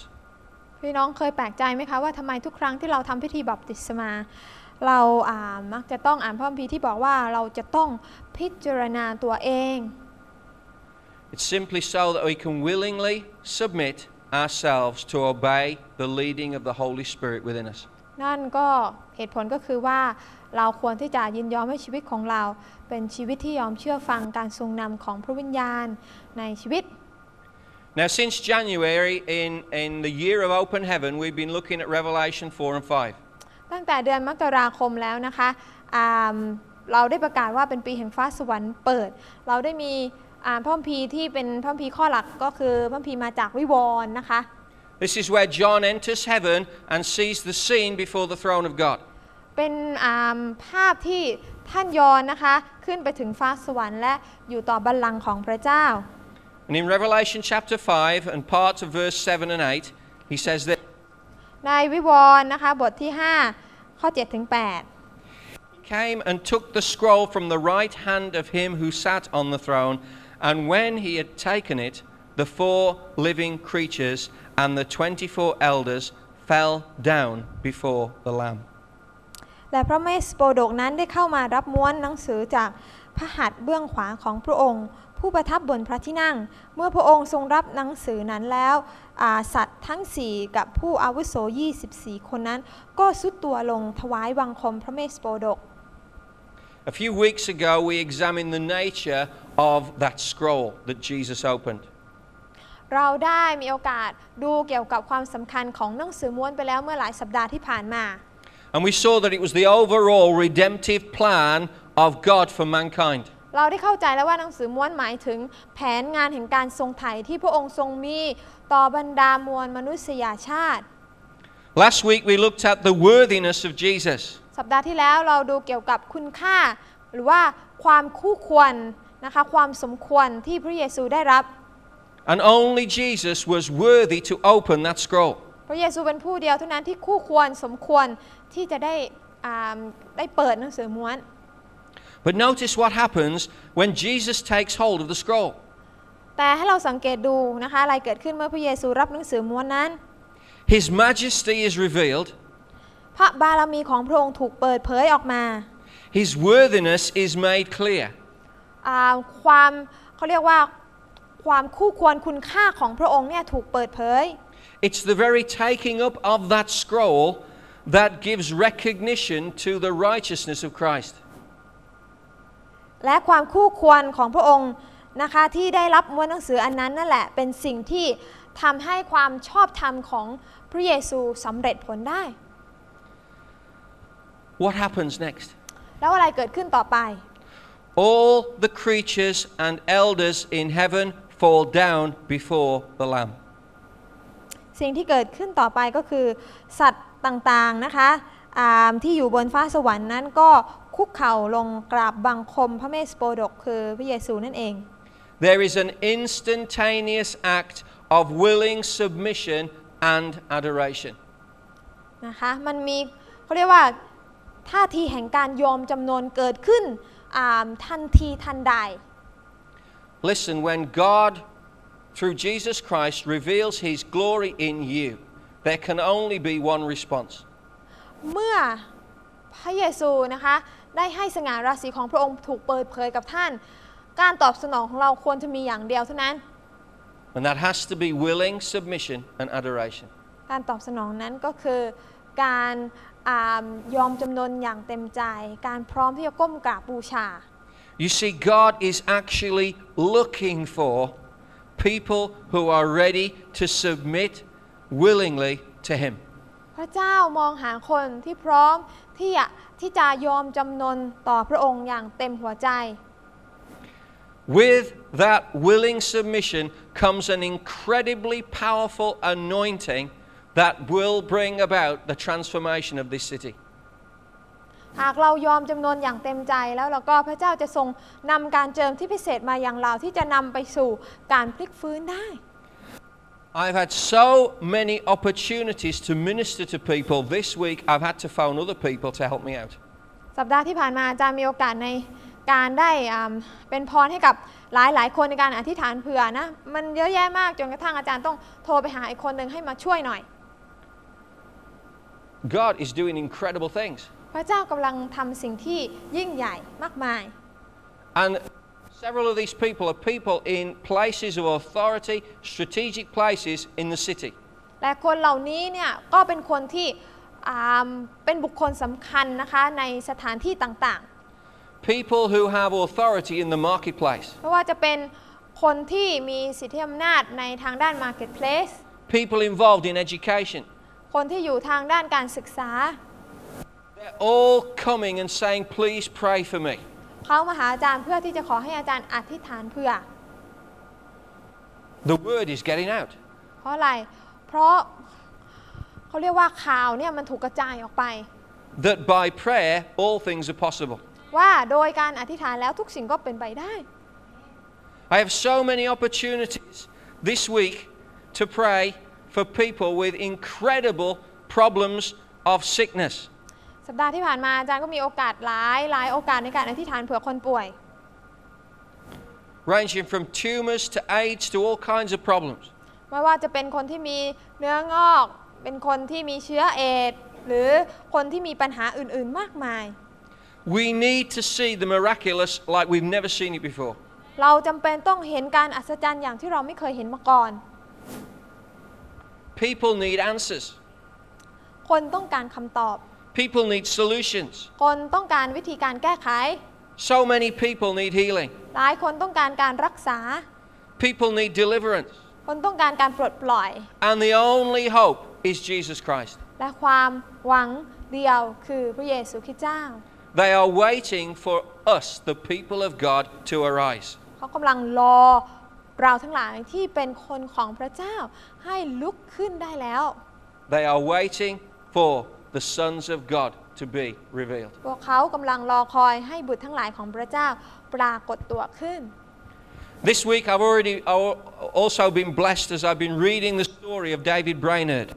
S2: พี่น้องเคยแปลกใจไหมคะว่าทำไมทุกครั้งที่เราทำพิธีบัพติศมา เราอ่ามักจะต้องอ่านพระคัมภีร์ที่บอกว่าเราจะต้องพิจารณาตัวเอง
S1: It's simply so that we can willingly submit ourselves to obey the leading of the Holy Spirit within us.
S2: นั่นก็เหตุผลก็คือว่าเราควรที่จะยินยอมให้ชีวิตของเรา เป็นชีวิตที่ยอมเชื่อฟังการทรงนำของพระวิญญาณในชีวิต
S1: Now, since January, in, in the year of open heaven, we've been looking at Revelation 4 and 5.
S2: ตั้งแต่เดือนมกราคมแล้วนะคะอ่าเราได้ประกาศว่าเป็นปีแห่งฟ้าสวรรค์เปิด เราได้มีอ่าพระคัมภีร์ที่เป็นพระคัมภีร์ข้อหลักก็คือพระคัมภีร์มาจากวิวรณ์นะคะ
S1: This is where John enters heaven and sees the scene before the throne of God.
S2: เป็นอ่าภาพที่ท่านยอนนะคะ ขึ้นไปถึงฟ้าสวรรค์และอยู่ต่อบัลลังก์ของพระเจ้า
S1: And in Revelation chapter 5 and parts of verse 7 and 8, he says that
S2: ในวิวรณ์นะคะบทที่ 5 ข้อ7ถึง8
S1: he came and took the scroll from the right hand of him who sat on the throne. And when he had taken it, the four living creatures and the 24 elders fell down before the Lamb.
S2: และพระเมสสโปรดกนั้นได้เข้ามารับม้วนหนังสือจากพระหัตถ์เบื้องขวาของพระองค์ ผู้ประทับบนพระที่นั่ง เมื่อพระองค์ทรงรับหนังสือนั้นแล้วอ่าสัตว์ทั้ง 4 กับผู้อาวุโส 24 คนนั้น ก็สุดตัวลงถวายบังคมพระเมสสโปรดก
S1: A few weeks ago, we examined the nature of that scroll that Jesus opened.
S2: เราได้มีโอกาสดูเกี่ยวกับความสำคัญของหนังสือม้วนไปแล้วเมื่อหลายสัปดาห์ที่ผ่านมา
S1: And we saw that it was the overall redemptive plan of God for mankind.
S2: เราได้เข้าใจแล้วว่าหนังสือม้วนหมายถึงแผนงานแห่งการทรงไถ่ที่พระองค์ทรงมีต่อบรรดามวลมนุษยชาติ
S1: Last week we looked at the worthiness of Jesus.
S2: สัปดาห์ที่แล้วเราดูเกี่ยวกับคุณค่า หรือว่าความคู่ควรนะคะความสมควรที่พระเยซูได้รับ
S1: And only Jesus was worthy to open that scroll.
S2: พระเยซูเป็นผู้เดียวเท่านั้นที่คู่ควรสมควรที่จะได้อ่าได้เปิดหนังสือม้วน
S1: But notice what happens when Jesus takes hold of the scroll.
S2: แต่ให้เราสังเกตดูนะคะอะไรเกิดขึ้นเมื่อพระเยซูรับหนังสือม้วนนั้น
S1: His majesty is revealed,
S2: พระบารมีของพระองค์ถูกเปิดเผยออกมา
S1: his worthiness is made clear.
S2: อ่าความเขาเรียกว่าความคู่ควรคุณค่าของพระองค์เนี่ยถูกเปิดเผย
S1: It's the very taking up of that scroll that gives recognition to the righteousness of Christ.
S2: และความคู่ควรของพระองค์นะคะที่ได้รับมวลหนังสืออันนั้นนั่นแหละเป็นสิ่งที่ทำให้ความชอบธรรมของพระเยซูสำเร็จผลได้
S1: What happens next?
S2: แล้วอะไรเกิดขึ้นต่อไป
S1: All the creatures and elders in heaven fall down before the Lamb.
S2: สิ่งที่เกิดขึ้นต่อไปก็คือ สัตว์ต่างๆนะคะอ่าที่อยู่บนฟ้าสวรรค์นั้นก็คุกเข่าลงกราบบังคมพระเมสสโปรดกคือพระเยซูนั่นเอง
S1: There is an instantaneous act of willing submission and adoration.
S2: นะคะมันมีเขาเรียกว่าท่าทีแห่งการยอมจำนนเกิดขึ้นอ่าทันทีทันใด
S1: Listen, when God, through Jesus Christ, reveals his glory in you, there can only be one response.
S2: เมื่อพระเยซูนะคะได้ให้สง่าราศีของพระองค์ถูกเปิดเผยกับท่าน การตอบสนองของเราควรจะมีอย่างเดียวเท่านั้น
S1: And that has to be willing submission and adoration.
S2: การตอบสนองนั้นก็คือการอายอมจำนนอย่างเต็มใจ การพร้อมที่จะก้มกราบบูชา
S1: You see, God is actually looking for people who are ready to submit willingly to Him.
S2: พระเจ้ามองหาคนที่พร้อม ที่อะที่จะยอมจำนนต่อพระองค์อย่างเต็มหัวใจ
S1: With that willing submission comes an incredibly powerful anointing that will bring about the transformation of this city.
S2: หากเรายอมจำนนอย่างเต็มใจแล้วเราก็พระเจ้าจะทรงนำการเจิมที่พิเศษมาอย่างเราที่จะนำไปสู่การพลิกฟื้นได้
S1: I've had so many opportunities to minister to people. This week, I've had to phone other people to help me out.
S2: สัปดาห์ที่ผ่านมาอาจารย์มีโอกาสในการได้อ่าเป็นพรให้กับหลายหลายๆคนในการอธิษฐานเผื่อนะ มันเยอะแยะมากจนกระทั่งอาจารย์ต้องโทรไปหาอีกคนหนึ่งให้มาช่วยหน่อย
S1: God is doing incredible things.
S2: พระเจ้ากำลังทำสิ่งที่ยิ่งใหญ่มากมาย
S1: And several of these people are people in places of authority, strategic places in the city.
S2: และคนเหล่านี้เนี่ยก็เป็นคนที่อ่าเป็นบุคคลสำคัญนะคะในสถานที่ต่าง ๆ
S1: People who have authority in the marketplace.
S2: ไม่ว่าจะเป็นคนที่มีสิทธิอำนาจในทางด้าน Marketplace
S1: People involved in education.
S2: คนที่อยู่ทางด้านการศึกษา
S1: They're all coming and saying, please pray for me.
S2: เขามาหาอาจารย์เพื่อที่จะขอให้อาจารย์อธิษฐานเพื่อ
S1: The word is getting out.
S2: เพราะอะไร เพราะเขาเรียกว่าข่าวเนี่ยมันถูกกระจายออกไป
S1: That by prayer, all things are possible.
S2: ว่าโดยการอธิษฐานแล้วทุกสิ่งก็เป็นไปได้
S1: I have so many opportunities this week to pray for people with incredible problems of sickness.
S2: สัปดาห์ที่ผ่านมาอาจารย์ก็มีโอกาสหลายหลายโอกาสในการอธิษฐานเผื่อคนป่วย
S1: ranging from tumours to AIDS to all kinds of problems.
S2: ไม่ว่าจะเป็นคนที่มีเนื้องอก เป็นคนที่มีเชื้อเอดส์หรือคนที่มีปัญหาอื่นๆมากมาย
S1: We need to see the miraculous like we've never seen it before.
S2: เราจำเป็นต้องเห็นการอัศจรรย์อย่างที่เราไม่เคยเห็นมาก่อน
S1: People need answers,
S2: คนต้องการคำตอบ
S1: people need solutions.
S2: คนต้องการวิธีการแก้ไข
S1: So many people need healing,
S2: หลายคนต้องการการรักษา
S1: people need deliverance.
S2: คนต้องการการปลดปล่อย
S1: And the only hope is Jesus Christ.
S2: และความหวังเดียวคือพระเยซูคริสต์เจ้า
S1: They are waiting for us, the people of God, to arise.
S2: เขากำลังรอเราทั้งหลายที่เป็นคนของพระเจ้าให้ลุกขึ้นได้แล้ว
S1: They are waiting for the sons of God to be revealed.
S2: พวกเขากำลังรอคอยให้บุตรทั้งหลายของพระเจ้าปรากฏตัวขึ้น
S1: This week, I've already al- also been blessed as I've been reading the story of David Brainerd.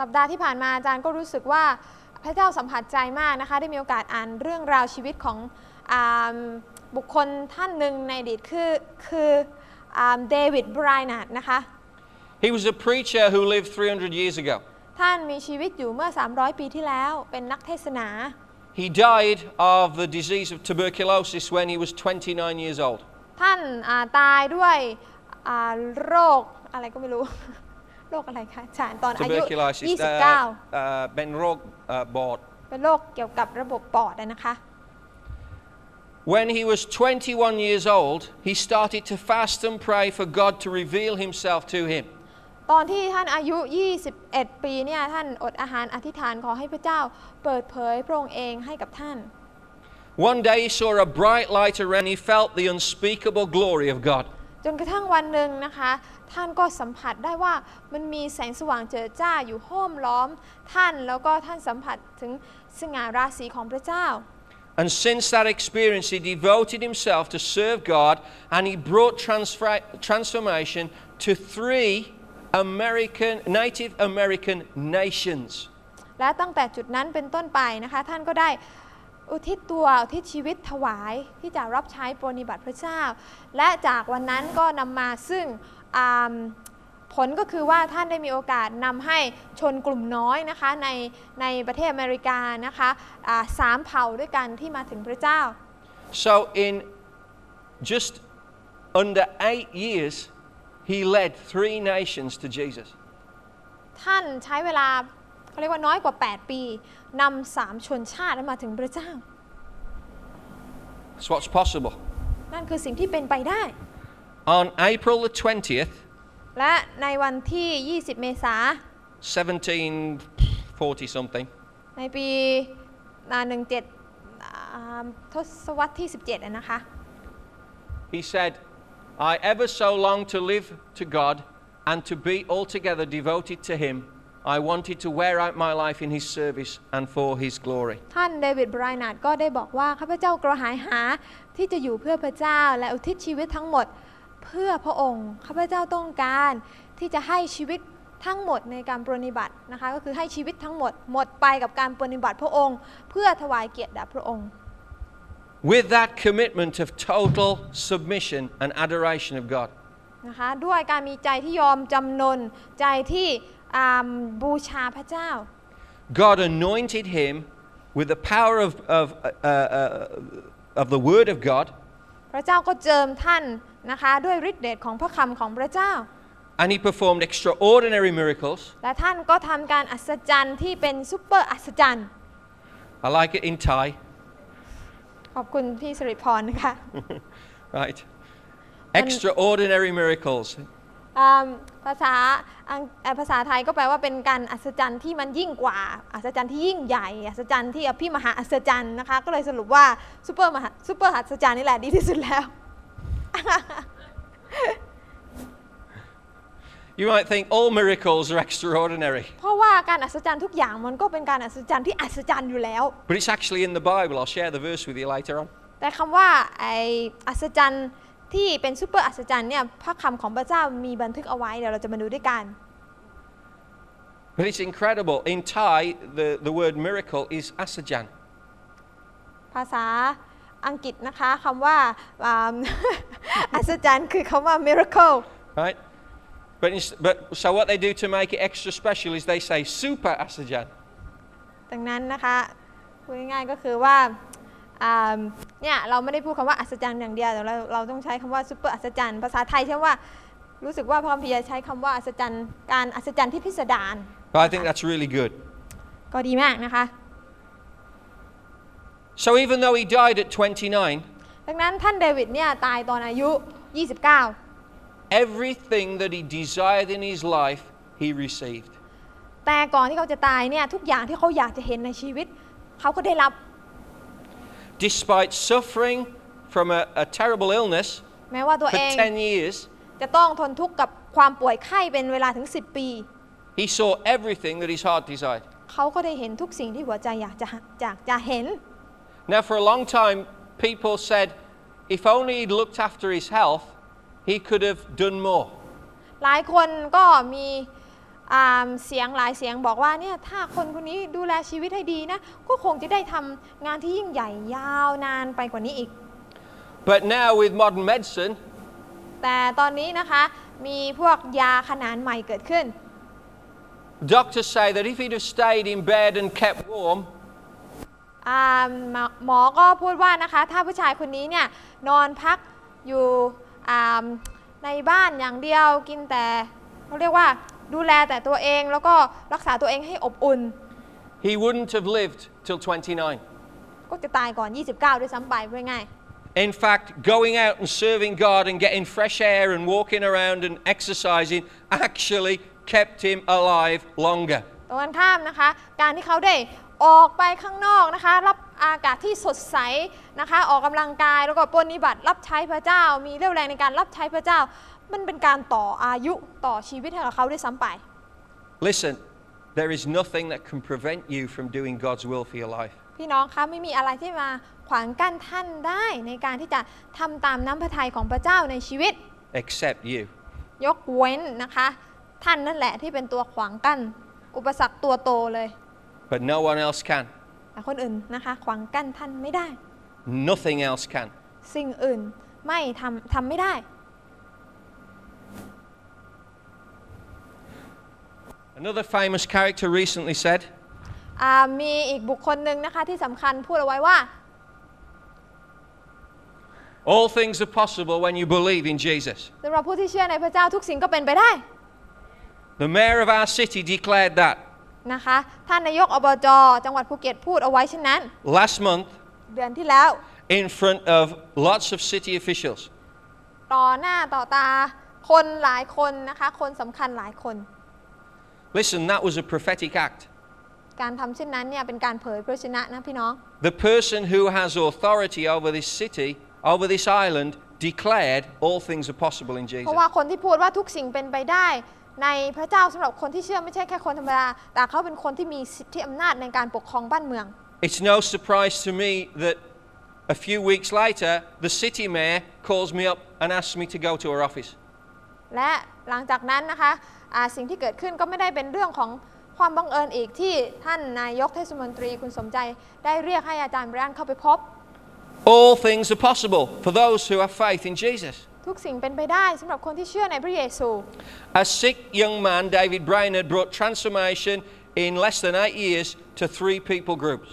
S2: สัปดาห์ที่ผ่านมาอาจารย์ก็รู้สึกว่าพระเจ้าสัมผัสใจมากนะคะ ได้มีโอกาสอ่านเรื่องราวชีวิตของอ่าบุคคลท่านหนึ่งในอดีตคือคือเดวิดไบรนัดนะคะ
S1: He was a preacher who lived 300 years ago.
S2: ท่านมีชีวิตอยู่เมื่อ 300 ปีที่แล้วเป็นนักเทศนา
S1: He died of the disease of tuberculosis when he was 29 years old.
S2: ท่านอ่าตายด้วยอ่าโรคอะไรก็ไม่รู้ โรคอะไรคะอาจารย์ตอนอายุ
S1: Tuberculosis. uh,
S2: 29
S1: uh, Ben Rog uh, bought.
S2: เป็นโรคเกี่ยวกับระบบปอดอะนะคะ
S1: When he was 21 years old, he started to fast and pray for God to reveal himself to him.
S2: ตอนที่ท่านอายุ 21 ปีเนี่ยท่านอดอาหารอธิษฐานขอให้พระเจ้าเปิดเผยพระองค์เองให้กับท่าน
S1: One day he saw a bright light around. He felt the unspeakable glory of God.
S2: จนกระทั่งวันหนึ่งนะคะ ท่านก็สัมผัสได้ว่ามันมีแสงสว่างเจิดจ้าอยู่ห้อมล้อมท่านแล้วก็ท่านสัมผัสถึงสง่าราศีของพระเจ้า
S1: And since that experience, he devoted himself to serve God and he brought transfer- transformation to three American, Native American nations.
S2: และตั้งแต่จุดนั้นเป็นต้นไปนะคะ ท่านก็ได้อุทิศตัวอุทิศชีวิตถวายที่จะรับใช้ปรนนิบัติพระเจ้า และจากวันนั้นก็นำมาซึ่งอ่าผลก็คือว่าท่านได้มีโอกาสนำให้ชนกลุ่มน้อยนะคะในในประเทศอเมริกานะคะอ่าสามเผ่าด้วยกันที่มาถึงพระเจ้า
S1: So, in just under eight years, he led three nations to Jesus.
S2: ท่านใช้เวลาเขาเรียกว่าน้อยกว่า 8 ปีนำสามชนชาติมาถึงพระเจ้า
S1: That's what's possible.
S2: นั่นคือสิ่งที่เป็นไปได้
S1: On April the 20th,
S2: และในวันที่ 20 เมษา
S1: 1740 something,
S2: ในปี หนึ่งเจ็ดทศวรรษที่ 17อะนะคะ
S1: He said, I ever so long to live to God and to be altogether devoted to Him. I wanted to wear out my life in His service and for His glory.
S2: ท่านเดวิดไบรายนาร์ดก็ได้บอกว่าข้าพเจ้ากระหายหาที่จะอยู่เพื่อพระเจ้าและอุทิศชีวิตทั้งหมดเพื่อพระองค์ข้าพเจ้าต้องการที่จะให้ชีวิตทั้งหมดในการปรนนิบัตินะคะก็คือให้ชีวิตทั้งหมดหมดไปกับการปรนนิบัติพระองค์ เพื่อถวายเกียรติแด่พระองค์
S1: With that commitment of total submission and adoration of God,
S2: นะคะด้วยการมีใจที่ยอมจำนนใจที่อ่าบูชาพระเจ้า
S1: God anointed him with the power of, of, uh, uh, uh, of the Word of God,
S2: พระเจ้าก็เจิมท่านนะคะด้วยฤทธิเดชของพระคำของพระเจ้า
S1: and he performed extraordinary miracles.
S2: และท่านก็ทำการอัศจรรย์ที่เป็นซุปเปอร์อัศจรรย์
S1: I like it in Thai,
S2: ขอบคุณพี่สิริพรนะคะ
S1: right? Extraordinary miracles.
S2: อืมภาษาอังเอ่อภาษาไทยก็แปลว่าเป็นการอัศจรรย์ที่มันยิ่งกว่า อัศจรรย์ที่ยิ่งใหญ่ อัศจรรย์ที่อภิมหาอัศจรรย์นะคะ ก็เลยสรุปว่าซุปเปอร์มหาซุปเปอร์อัศจรรย์นี่แหละดีที่สุดแล้ว
S1: You might think all miracles are extraordinary,
S2: เพราะว่าการอัศจรรย์ทุกอย่างมันก็เป็นการอัศจรรย์ที่อัศจรรย์อยู่แล้ว
S1: but it's actually in the Bible. I'll share the verse with you later on.
S2: แต่คำว่าไออัศจรรย์ที่เป็นซุปเปอร์อัศจรรย์เนี่ยพระคำของพระเจ้ามีบันทึกเอาไว้เดี๋ยวเราจะมาดูด้วยกัน
S1: But it's incredible. In Thai, the, the word miracle is asajan.
S2: ภาษาอังกฤษนะคะคำว่าอ่า อัศจรรย์คือคำว่า miracle
S1: Right? But, ins- but so what they do to make it extra special is they say super asajan.
S2: ดังนั้นนะคะพูดง่ายๆก็คือว่าอ่าเนี่ยเราไม่ได้พูดคำว่าอัศจรรย์อย่างเดียวแต่เราเราต้องใช้คำว่าซุปเปอร์อัศจรรย์ภาษาไทยใช่ว่ารู้สึกว่าพระคัมภีร์ใช้คำว่าอัศจรรย์การอัศจรรย์ที่พิสดาร
S1: But I think that's really good.
S2: ก็ดีมากนะคะ
S1: So even though he died at 29,
S2: ดังนั้นท่านเดวิดเนี่ยตายตอนอายุ 29
S1: everything that he desired in his life, he received.
S2: แต่ก่อนที่เขาจะตายเนี่ยทุกอย่างที่เขาอยากจะเห็นในชีวิตเขาก็ได้รับ
S1: Despite suffering from a, a terrible illness
S2: แม้ว่าตัว
S1: for
S2: เอง
S1: 10 years,
S2: จะต้องทนทุกข์กับความป่วยไข้เป็นเวลาถึง 10 ปี
S1: he saw everything that his heart desired.
S2: เขาก็ได้เห็นทุกสิ่งที่หัวใจอยากจะอยากจะเห็น
S1: Now, for a long time, people said if only he'd looked after his health, he could have done more.
S2: หลายคนก็มีอ่าเสียงหลายเสียงบอกว่าเนี่ยถ้าคนคนนี้ดูแลชีวิตให้ดีนะ ก็คงจะได้ทำงานที่ยิ่งใหญ่ยาวนานไปกว่านี้อีก
S1: But now, with modern medicine,
S2: แต่ตอนนี้นะคะมีพวกยาขนานใหม่เกิดขึ้น
S1: doctors say that if he'd have stayed in bed and kept warm,
S2: อ่าหมอหมอก็พูดว่านะคะถ้าผู้ชายคนนี้เนี่ยนอนพักอยู่อ่าในบ้านอย่างเดียวกินแต่เขาเรียกว่าดูแลแต่ตัวเองแล้วก็รักษาตัวเองให้อบอุ่น
S1: he wouldn't have lived till 29.
S2: ก็จะตายก่อน 29 ด้วยซ้ำไปพูดง่าย
S1: In fact, going out and serving God and getting fresh air and walking around and exercising actually kept him alive longer.
S2: ตรงกันข้ามนะคะ การที่เขาได้ออกไปข้างนอกนะคะ รับอากาศที่สดใสนะคะ ออกกำลังกายแล้วก็ปรนนิบัติรับใช้พระเจ้า มีเรี่ยวแรงในการรับใช้พระเจ้า มันเป็นการต่ออายุต่อชีวิตให้กับเขาด้วยซ้ำไป
S1: Listen, there is nothing that can prevent you from doing God's will for your life.
S2: พี่น้องคะไม่มีอะไรที่มาขวางกั้นท่านได้ในการที่จะทำตามน้ำพระทัยของพระเจ้าในชีวิต
S1: Except you.
S2: ยกเว้นนะคะ ท่านนั่นแหละที่เป็นตัวขวางกั้น อุปสรรคตัวโตเลย
S1: But no one else can.
S2: แต่คนอื่นนะคะ ขวางกั้นท่านไม่ได้
S1: Nothing else can.
S2: สิ่งอื่นไม่ทำทำไม่ได้
S1: Another famous character recently said,
S2: อ่ามีอีกบุคคลหนึ่งนะคะที่สำคัญพูดเอาไว้ว่า
S1: All things are possible when you believe in Jesus.
S2: สำหรับผู้ที่เชื่อในพระเจ้าทุกสิ่งก็เป็นไปได้
S1: The mayor of our city declared that.
S2: นะคะ ท่านนายกอบจจังหวัดภูเก็ตพูดเอาไว้เช่นนั้น
S1: Last month,
S2: เดือนที่แล้ว
S1: in front of lots of city officials,
S2: ต่อหน้าต่อตาคนหลายคนนะคะ คนสำคัญหลายคน
S1: Listen, that was a prophetic act.
S2: การทำเช่นนั้นเนี่ยเป็นการเผยพระชนะนะพี่น้อง
S1: The person who has authority over this city, over this island, declared all things are possible in
S2: เพ
S1: Jesus.
S2: ราะว่าคนที่พูดว่าทุกสิ่งเป็นไปได้ ในพระเจ้าสำหรับคนที่เชื่อไม่ใช่แค่คนธรรมดา แต่เขาเป็นคนที่มีสิทธิอำนาจในการปกครองบ้านเมือง
S1: It's no surprise to me that a few weeks later, the city mayor calls me up and asks me to go to her office.
S2: และหลังจากนั้นนะคะอ่าสิ่งที่เกิดขึ้นก็ไม่ได้เป็นเรื่องของความบังเอิญอีกที่ท่านนายกเทศมนตรีคุณสมใจได้เรียกให้อาจารย์ไบรอันเข้าไปพบ
S1: All things are possible for those who have faith in Jesus.
S2: ทุกสิ่งเป็นไปได้สำหรับคนที่เชื่อในพระเยซู
S1: A sick young man, David Brainerd, brought transformation in less than eight years to three people groups.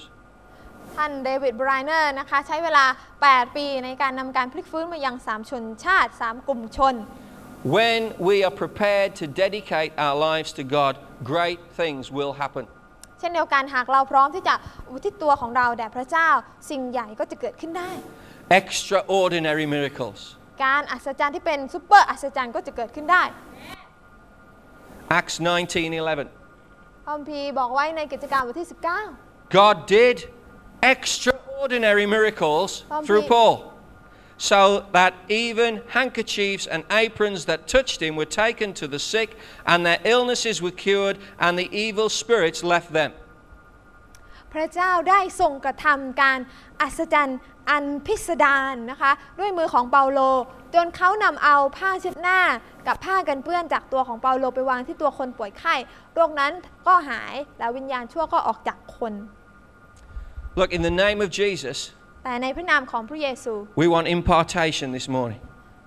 S2: ท่านเดวิดไบรเนอร์นะคะใช้เวลา 8 ปีในการนำการพลิกฟื้นมายัง 3 ชนชาติ 3 กลุ่มชน
S1: When we are prepared to dedicate our lives to God, great things will happen.
S2: เช่นเดียวกันหากเราพร้อมที่จะอุทิศตัวของเราแด่พระเจ้า สิ่งใหญ่ก็จะเกิดขึ้นได้
S1: Extraordinary miracles.
S2: การอัศจรรย์ที่เป็นซูเปอร์อัศจรรย์ก็จะเกิดขึ้นได้
S1: Acts 19:11.
S2: พระคัมภีร์บอกไว้ในกิจการบทที่ 19
S1: God did extraordinary miracles
S2: Pump
S1: through
S2: it.
S1: Paul, so that even handkerchiefs and aprons that touched him were taken to the sick, and their illnesses were cured, and the evil spirits left them.
S2: พระเจ้าได้ทรงกระทำการอัศจรรย์อันพิสดารนะคะ ด้วยมือของเปาโล จนเขานำเอาผ้าเช็ดหน้ากับผ้ากันเปื้อนจากตัวของเปาโลไปวางที่ตัวคนป่วยไข้โรคนั้นก็หายแล้ววิญญาณชั่วก็ออกจากคน
S1: Look, in the name of Jesus,
S2: แต่ในพระนามของพระเยซู
S1: we want impartation this morning.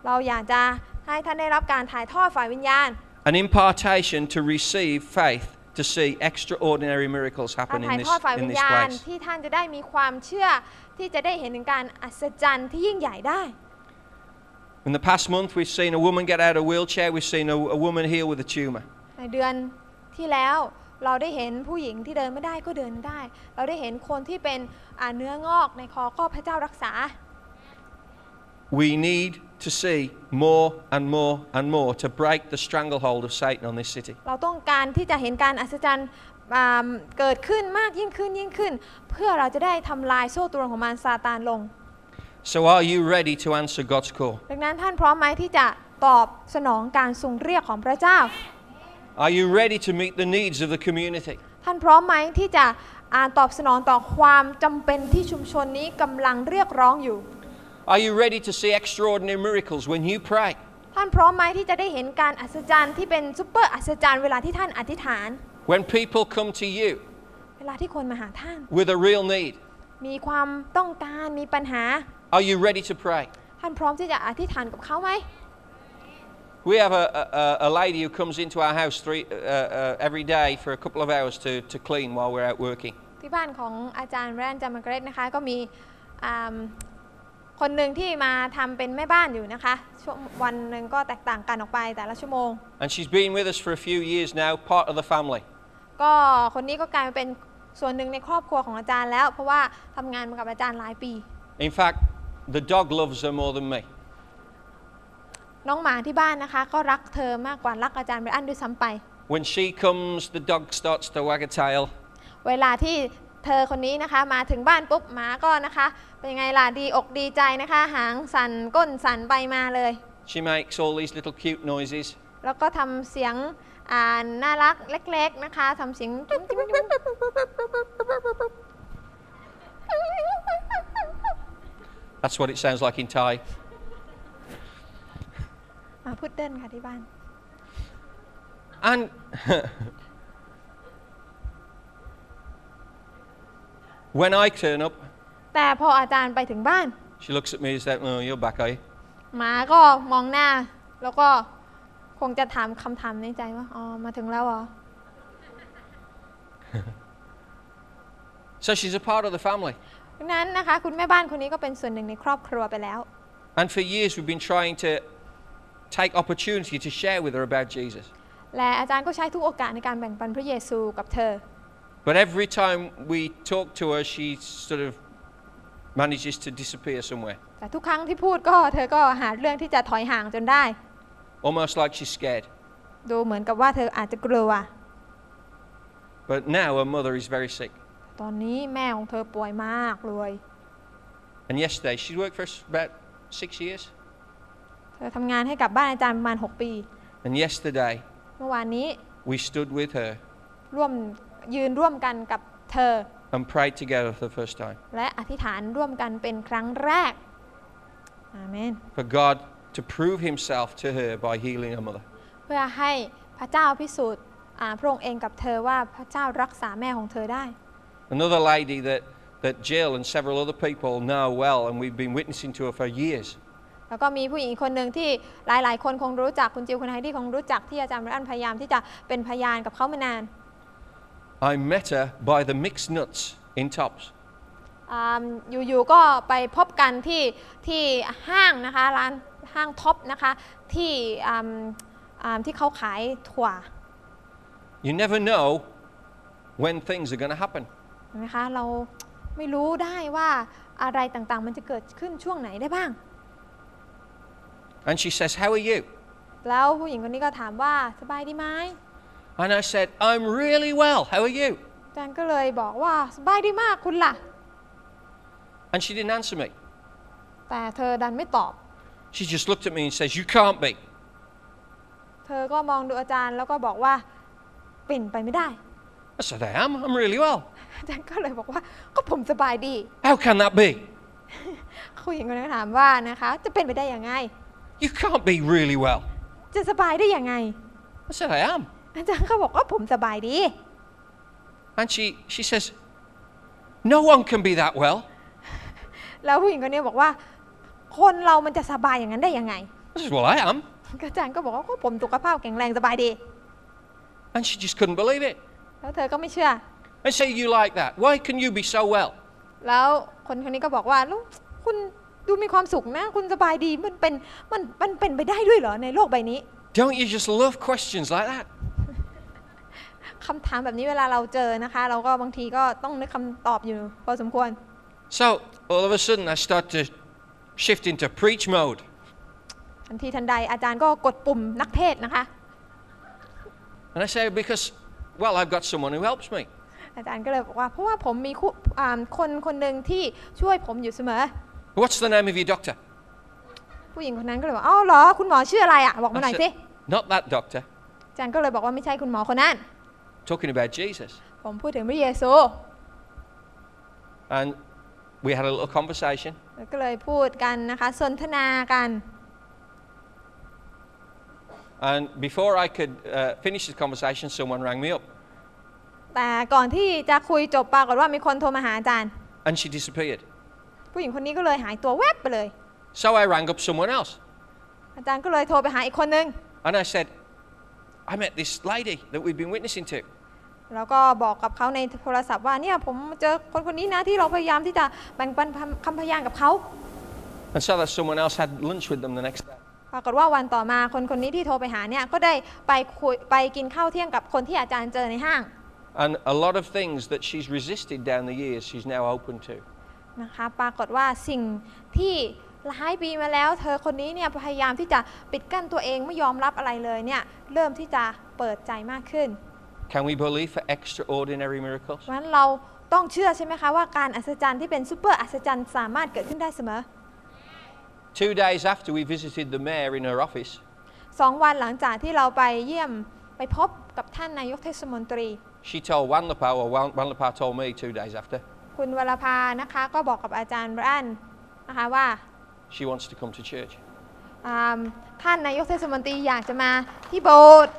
S2: เราอยากจะให้ท่านได้รับการถ่ายทอดฝ่ายวิญญาณ
S1: An impartation to receive faith to see extraordinary miracles
S2: การ
S1: happen
S2: ถ่า
S1: in
S2: ย
S1: this,
S2: ทอดฝ่าย
S1: in
S2: วิญ
S1: this
S2: ญาณ
S1: place.
S2: ที่ท่านจะได้มีความเชื่อที่จะได้เห็นถึงการอัศจรรย์ที่ยิ่งใหญ่ได้
S1: In the past month, we've seen a woman get out of a wheelchair, we've seen a, a woman heal with a tumour.
S2: ในเดือนที่แล้วเราได้เห็นผู้หญิงที่เดินไม่ได้ก็เดินได้ เราได้เห็นคนที่เป็นอ่าเนื้องอกในคอก็พระเจ้ารักษา
S1: We need to see more and more and more to break the stranglehold of Satan on this city.
S2: เราต้องการที่จะเห็นการอัศจรรย์อ่าเกิดขึ้นมากยิ่งขึ้นยิ่งขึ้น เพื่อเราจะได้ทำลายโซ่ตรวนของมารซาตานลง
S1: So, are you ready to answer God's call?
S2: ดังนั้นท่านพร้อมไหมที่จะตอบสนองการทรงเรียกของพระเจ้า
S1: Are you ready to meet the needs of the community?
S2: ท่านพร้อมไหมที่จะอ่านตอบสนองต่อความจำเป็นที่ชุมชนนี้กำลังเรียกร้องอยู่
S1: Are you ready to see extraordinary miracles when you pray?
S2: ท่านพร้อมไหมที่จะได้เห็นการอัศจรรย์ที่เป็นซุปเปอร์อัศจรรย์เวลาที่ท่านอธิษฐาน
S1: When people come to you
S2: เวลาที่คนมาหาท่าน
S1: with a real need,
S2: มีความต้องการมีปัญหา
S1: are you ready to pray?
S2: ท่านพร้อมที่จะอธิษฐานกับเขาไหม
S1: We have a, a, a lady who comes into our house three, uh, uh, every day for a couple of hours to, to clean while we're out working.
S2: ที่บ้านของอาจารย์แรนจามาร์เกรตนะคะก็มีอ่าคนหนึ่งที่มาทำเป็นแม่บ้านอยู่นะคะช่วงวันหนึ่งก็แตกต่างกันออกไปแต่ละชั่วโมง
S1: And she's been with us for a few years now, part of the family.
S2: ก็คนนี้ก็กลายมาเป็นส่วนหนึ่งในครอบครัวของอาจารย์แล้ว เพราะว่าทำงานมากับอาจารย์หลายปี
S1: In fact, the dog loves her more than me.
S2: น้องหมาที่บ้านนะคะ ก็รักเธอมากกว่ารักอาจารย์แบรอันด้วยซ้ำไป
S1: When she comes, the dog starts to wag a tail.
S2: เวลาที่เธอคนนี้นะคะมาถึงบ้านปุ๊บหมาก็นะคะ เป็นไงล่ะดีอกดีใจนะคะ หางสั่นก้นสั่นไปมาเลย
S1: She makes all these little cute noises.
S2: แล้วก็ทำเสียงอ่าน่ารักเล็ก ๆนะคะทำเสียงจุ๊บจุ๊บจุ๊บ
S1: That's what it sounds like in Thai.
S2: หมาพุดเดิ้ลค่ะที่บ้าน
S1: And when I turn up,
S2: แต่พออาจารย์ไปถึงบ้าน
S1: she looks at me and says, Oh, you're back, are you?
S2: หมาก็มองหน้า แล้วก็คงจะถามคำถามในใจว่าอ๋อมาถึงแล้วเหรอ
S1: So she's a part of the family.
S2: ดังนั้นนะคะ คุณแม่บ้านคนนี้ก็เป็นส่วนหนึ่งในครอบครัวไปแล้ว
S1: And for years, we've been trying to take opportunity to share with her about Jesus.
S2: และอาจารย์ก็ใช้ทุกโอกาสในการแบ่งปันพระเยซูกับเธอ
S1: But every time we talk to her, she sort of manages to disappear somewhere,
S2: แต่ทุกครั้งที่พูดก็เธอก็หาเรื่องที่จะถอยห่างจนได้
S1: almost like she's scared.
S2: ดูเหมือนกับว่าเธออาจจะกลัว
S1: But now her mother is very sick.
S2: ตอนนี้แม่ของเธอป่วยมากเลย
S1: And yesterday, she's worked for us about six years.
S2: เธอทำงานให้กับบ้านอาจารย์ประมาณ 6 ปี
S1: And yesterday,
S2: เมื่อวานนี้
S1: we stood with her
S2: ร่วมยืนร่วมกันกับเธอ
S1: and prayed together for the first time
S2: และอธิษฐานร่วมกันเป็นครั้งแรก อาเมน
S1: for God to prove himself to her by healing her mother.
S2: เพื่อให้พระเจ้าพิสูจน์อ่าพระองค์เองกับเธอว่าพระเจ้ารักษาแม่ของเธอได้
S1: Another lady that, that Jill and several other people know well, and we've been witnessing to her for years,
S2: แล้วก็มีผู้หญิงอีกคนหนึ่งที่หลาย ๆ คนคงรู้จักคุณจิวคุณไฮดี้คงรู้จักที่อาจารย์บรอันพยายามที่จะเป็นพยานกับเขามานาน
S1: I met her by the mixed nuts in Tops.
S2: อ่าอยู่ ๆ ก็ไปพบกันที่ที่ห้างนะคะร้านห้างท็อปนะคะที่อ่าอ่าที่เขาขายถั่ว
S1: You never know when things are going to happen.
S2: เห็นไหมคะเราไม่รู้ได้ว่าอะไรต่างๆ มันจะเกิดขึ้นช่วงไหนได้บ้าง
S1: And she says, How are you?
S2: แล้วผู้หญิงคนนี้ก็ถามว่าสบายดีไหม
S1: And I said, I'm really well. How are you?
S2: อาจารย์ก็เลยบอกว่าสบายดีมากคุณล่ะ
S1: And she didn't answer me.
S2: แต่เธอดันไม่ตอบ
S1: She just looked at me and says, You can't be.
S2: เธอก็มองดูอาจารย์แล้วก็บอกว่าเป็นไปไม่ได้
S1: I said, I am. I'm really well.
S2: อาจารย์ก็เลยบอกว่าก็ผมสบายดี
S1: How can that be?
S2: ผู้หญิงคนนั้นก็ถามว่านะคะจะเป็นไปได้ยังไง
S1: You can't be really well.
S2: จะสบายได้ยังไง
S1: I said, I am.
S2: อาจารย์ก็บอกว่าผมสบายดี
S1: And she, she says, No one can be that well.
S2: แล้วผู้หญิงคนนี้บอกว่า คนเรามันจะสบายอย่างนั้นได้ยังไง
S1: I said, Well, I am.
S2: อาจารย์ก็บอกว่าก็ผมสุขภาพแข็งแรงสบายดี
S1: And she just couldn't believe it.
S2: แล้วเธอก็ไม่เชื่อ
S1: I say, You like that. Why can you be so well?
S2: แล้วคนคนนี้ก็บอกว่าลูกคุณดูมีความสุขนะ คุณสบายดีมันเป็นมันมันเป็นไปได้ด้วยเหรอในโลกใบนี้
S1: Don't you just love questions like that?
S2: คำถามแบบนี้เวลาเราเจอนะคะ เราก็บางทีก็ต้องนึกคำตอบอยู่ พอสมควร
S1: So all of a sudden, I start to shift into preach mode.
S2: ทันทีทันใดอาจารย์ก็กดปุ่มนักเทศน์นะคะ
S1: And I say, Because, well, I've got someone who helps me.
S2: อาจารย์ก็เลยบอกว่า เพราะว่าผมมีคู่อ่าคนคนหนึ่งที่ช่วยผมอยู่เสมอ
S1: What's the name of your doctor?
S2: ผู้หญิงคนนั้นก็เลยบอกอ้าวเหรอคุณหมอชื่ออะไรอะบอกมาหน่อย
S1: I
S2: สิ
S1: said, Not that doctor.
S2: อาจารย์ก็เลยบอกว่าไม่ใช่คุณหมอคนนั้น
S1: Talking about Jesus.
S2: ผมพูดถึงพระเยซู
S1: And we had a little conversation.
S2: แล้วก็เลยพูดกันนะคะ สนทนากัน
S1: And before I could uh, finish the conversation, someone rang me up.
S2: แต่ก่อนที่จะคุยจบปรากฏว่ามีคนโทรมาหาอาจารย์
S1: And she disappeared.
S2: ผู้หญิงคนนี้ก็เลยหายตัวแวบไปเลย
S1: So I rang up someone else.
S2: อาจารย์ก็เลยโทรไปหาอีกคนนึง
S1: And I said, I met this lady that we've been witnessing to.
S2: แล้วก็บอกกับเขาในโทรศัพท์ว่าเนี่ยผมเจอคนคนนี้นะที่เราพยายามที่จะแบ่งปันคำพยานกับเขา
S1: And so that someone else had lunch with them the next day.
S2: ปรากฏว่าวันต่อมาคนคนนี้ที่โทรไปหาเนี่ยก็ได้ไปคุยไปกินข้าวเที่ยงกับคนที่อาจารย์เจอในห้าง
S1: And a lot of things that she's resisted down the years, she's now open to.
S2: นะคะปรากฏว่าสิ่งที่หลายปีมาแล้ว เธอคนนี้เนี่ยพยายามที่จะปิดกั้นตัวเองไม่ยอมรับอะไรเลยเนี่ยเริ่มที่จะเปิดใจมากขึ้น
S1: Can we believe for extraordinary miracles?
S2: เพราะฉะนั้นเราต้องเชื่อใช่ไหมคะว่าการอัศจรรย์ที่เป็นซูเปอร์อัศจรรย์สามารถเกิดขึ้นได้เสมอ
S1: Two days after we visited the mayor in her office,
S2: สองวันหลังจากที่เราไปเยี่ยมไปพบกับท่านนายกเทศมนตรี
S1: she told Wan Lapau, or Wan Wan Lapau told me two days after,
S2: คุณวรภานะคะก็บอกกับอาจารย์บรอันนะคะว่า
S1: she wants to come to church.
S2: อ่าท่านนายกเทศมนตรีอยากจะมาที่โบสถ์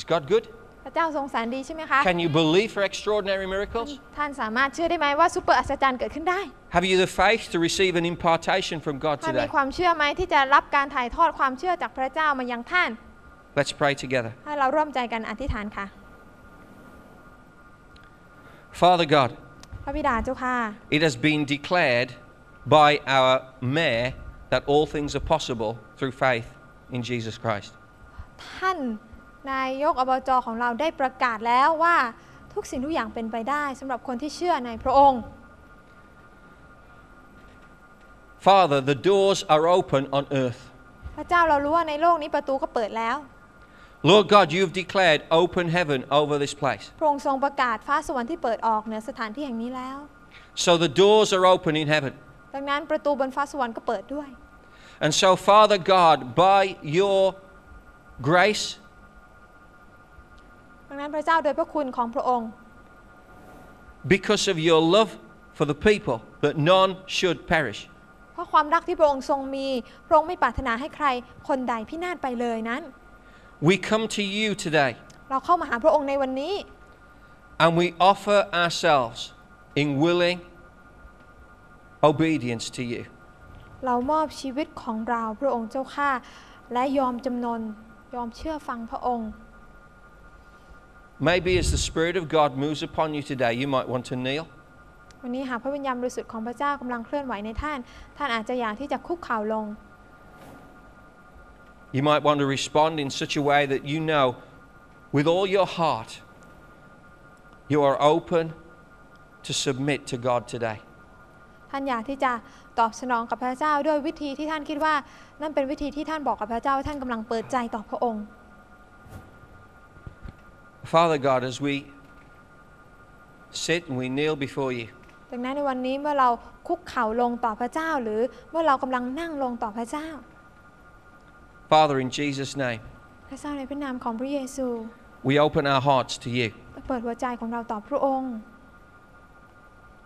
S1: Is God good?
S2: พระเจ้าทรงแสนดีใช่ไหมคะ
S1: Can you believe for extraordinary miracles?
S2: ท่านสามารถเชื่อได้ไหมว่าซูเปอร์อัศจรรย์เกิดขึ้นได้
S1: Have you the faith to receive an impartation from God
S2: ท่านมี
S1: today?
S2: ความเชื่อไหมที่จะรับการถ่ายทอดความเชื่อจากพระเจ้ามายังท่าน
S1: Let's pray together.
S2: ให้เราร่วมใจกันอธิษฐานค่ะ
S1: Father God,
S2: พระบิดาเจ้าค่ะ
S1: it has been declared by our mayor that all things are possible through faith in Jesus Christ.
S2: ท่านนายกอบจของเราได้ประกาศแล้วว่าทุกสิ่งทุกอย่างเป็นไปได้สำหรับคนที่เชื่อในพระองค์
S1: Father, the doors are open on earth.
S2: พระเจ้าเรารู้ว่าในโลกนี้ประตูก็เปิดแล้ว
S1: Lord God, you've declared open heaven over this place.
S2: พระองค์ทรงประกาศฟ้าสวรรค์ที่เปิดออกเหนือสถานที่แห่งนี้แล้ว
S1: So the doors are open in heaven.
S2: ดังนั้นประตูบนฟ้าสวรรค์ก็เปิดด้วย
S1: And so, Father God, by your grace,
S2: ดังนั้นพระเจ้าโดยพระคุณของพระองค์
S1: because of your love for the people, that none should perish.
S2: เพราะความรักที่พระองค์ทรงมีพระองค์ไม่ปรารถนาให้ใคร คนใดพินาศไปเลยนั้น
S1: We come to you today
S2: เราเข้ามาหาพระองค์ในวันนี้
S1: and we offer ourselves in willing obedience to you.
S2: เรามอบชีวิตของเราพระองค์เจ้าข้าและยอมจำนนยอมเชื่อฟังพระองค์
S1: Maybe as the Spirit of God moves upon you today, you might want to kneel.
S2: วันนี้หากพระวิญญาณบริสุทธิ์ของพระเจ้ากำลังเคลื่อนไหวในท่าน ท่านอาจจะอยากที่จะคุกเข่าลง
S1: You might want to respond in such a way that you know with all your heart you are open to submit to God today.
S2: ท่านอยากที่จะตอบสนองกับพระเจ้าด้วยวิธีที่ท่านคิดว่า นั่นเป็นวิธีที่ท่านบอกกับพระเจ้าว่าท่านกำลังเปิดใจต่อพระองค์
S1: Father God, as we sit and we kneel before you,
S2: ดังนั้นในวันนี้เมื่อเราคุกเข่าลงต่อพระเจ้า หรือเมื่อเรากำลังนั่งลงต่อพระเจ้า
S1: Father, in Jesus' name,
S2: พระเจ้าในพระนามของพระเยซู
S1: we open our hearts to you
S2: เปิดหัวใจของเราต่อพระองค์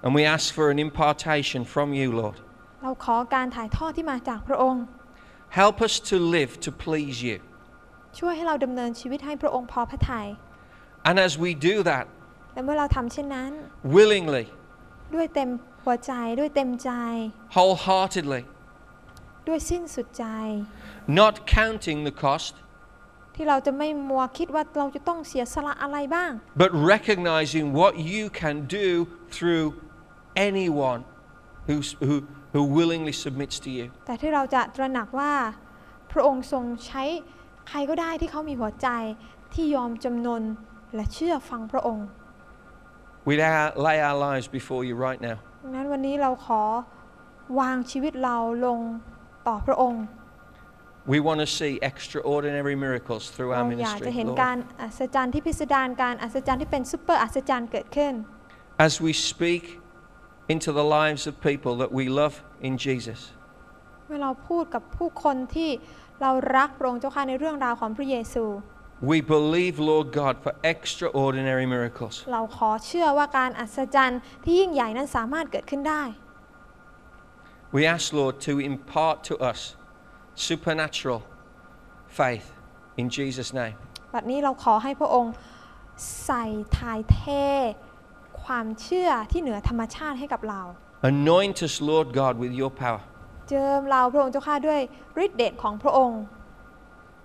S1: and we ask for an impartation from you, Lord.
S2: เราขอการถ่ายทอดที่มาจากพระองค์
S1: Help us to live to please you.
S2: ช่วยให้เราดำเนินชีวิตให้พระองค์พอพระทยัย
S1: And as we do that,
S2: และเมื่อเราทำเช่นนั้น
S1: willingly,
S2: ด้วยเต็มหัวใจด้วยเต็มใจ
S1: wholeheartedly,
S2: ด้วยสิ้นสุดใจ
S1: not counting the cost,
S2: ที่เราจะไม่มัวคิดว่าเราจะต้องเสียสละอะไรบ้าง
S1: but recognizing what you can do through anyone who, who, who willingly submits to you.
S2: แต่ที่เราจะตระหนักว่า พระองค์ทรงใช้ใครก็ได้ที่เขามีหัวใจที่ยอมจำนนและเชื่อฟังพระองค์
S1: We lay our, lay our lives before you right now.
S2: ดังนั้นวันนี้เราขอวางชีวิตเราลงต่อพระองค์
S1: We want to see extraordinary miracles through
S2: เรา
S1: our
S2: อยากจะ
S1: ministry.
S2: เห็น
S1: Lord.
S2: การอัศจรรย์ที่พิสดารการอัศจรรย์ที่เป็นซุปเปอร์อัศจรรย์เกิดขึ้น
S1: As we speak into the lives of people that we love in Jesus,
S2: เมื่อเราพูดกับผู้คนที่เรารักพระองค์เจ้าค่ะในเรื่องราวของพระเยซู
S1: we believe, Lord God, for extraordinary miracles.
S2: เราขอเชื่อว่าการอัศจรรย์ที่ยิ่งใหญ่นั้นสามารถเกิดขึ้นได้
S1: We ask, Lord, to impart to us supernatural faith in Jesus' name.
S2: บัดนี้เราขอให้พระองค์ใส่ถ่ายเท ความเชื่อที่เหนือธรรมชาติให้กับเรา
S1: Anoint us, Lord God, with your power.
S2: เจิมเราพระองค์เจ้าค่ะด้วยฤทธิเดชของพระองค์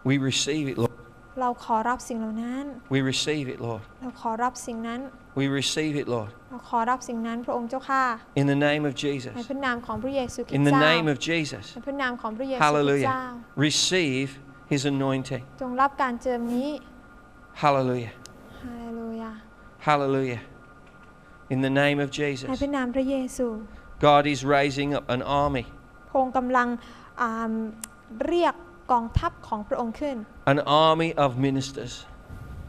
S1: We receive it, Lord.
S2: เราขอรับสิ่งเหล่านั้น
S1: We receive it, Lord.
S2: เราขอรับสิ่งนั้น
S1: We receive it, Lord.
S2: เราขอรับสิ่งนั้นพระองค์เจ้าค่ะ
S1: In the name of
S2: ใน
S1: Jesus.
S2: พระนามของพระเยซูคริส
S1: In
S2: ต์
S1: the
S2: เจ้า
S1: name of Jesus.
S2: ในพระนามของพระเยซูคริสต์เจ้า
S1: Hallelujah. Receive his anointing.
S2: จงรับการเจิมนี้
S1: Hallelujah.
S2: ฮาเลลูยา
S1: Hallelujah. In the name of
S2: ใน
S1: Jesus.
S2: พระนามพระเยซู
S1: God is raising up an army,
S2: พระองค์กำลังอ่าเรียกกองทัพของพระองค์ขึ้น
S1: an army of ministers.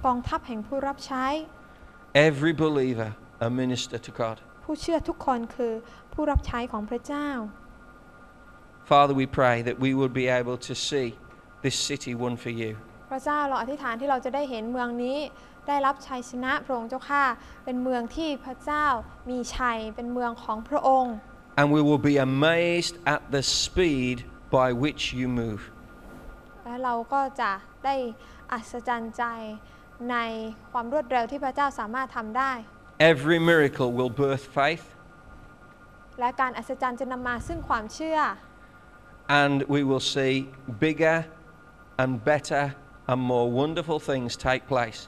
S2: กองทัพแห่งผู้รับใช้
S1: Every believer, a minister to God.
S2: ผู้เชื่อทุกคนคือผู้รับใช้ของพระเจ้า
S1: Father, we pray that we would be able to see this city won for you.
S2: พระเจ้าเราอธิษฐานที่เราจะได้เห็นเมืองนี้ ได้รับชัยชนะพระองค์เจ้าค่ะ เป็นเมืองที่พระเจ้ามีชัย เป็นเมืองของพระองค์
S1: And we will be amazed at the speed by which you move.
S2: และเราก็จะได้อัศจรรย์ใจในความรวดเร็วที่พระเจ้าสามารถทำได้
S1: Every miracle will birth faith,
S2: และการอัศจรรย์จะนำมาซึ่งความเชื่อ
S1: and we will see bigger and better and more wonderful things take place.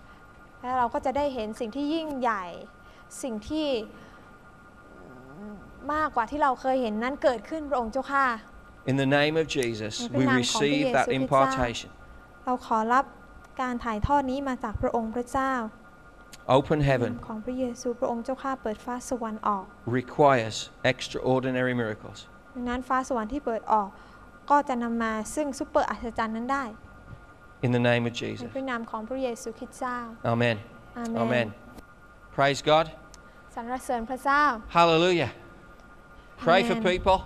S2: และเราก็จะได้เห็นสิ่งที่ยิ่งใหญ่ สิ่งที่มากกว่าที่เราเคยเห็นนั้นเกิดขึ้นพระองค์เจ้าค่ะ
S1: In the name of Jesus, we receive that impartation.
S2: เราขอรับการถ่ายทอดนี้มาจากพระองค์พระเจ้า
S1: Open
S2: นาม
S1: heaven
S2: ของพระเยซูพระองค์เจ้าข้าเปิดฟ้าสวรรค์ออก
S1: requires extraordinary miracles.
S2: ดังนั้นฟ้าสวรรค์ที่เปิดออก ก็จะนำมาซึ่งซุปเปอร์อัศจรรย์นั้นได้
S1: in the name of
S2: ใน
S1: Jesus.
S2: พระนามของพระเยซูคริสต์เจ้า
S1: Amen.
S2: อาเม
S1: Amen.
S2: น
S1: Praise God.
S2: สรรเสริญพระเจ้า
S1: Hallelujah. Pray for
S2: Amen.
S1: people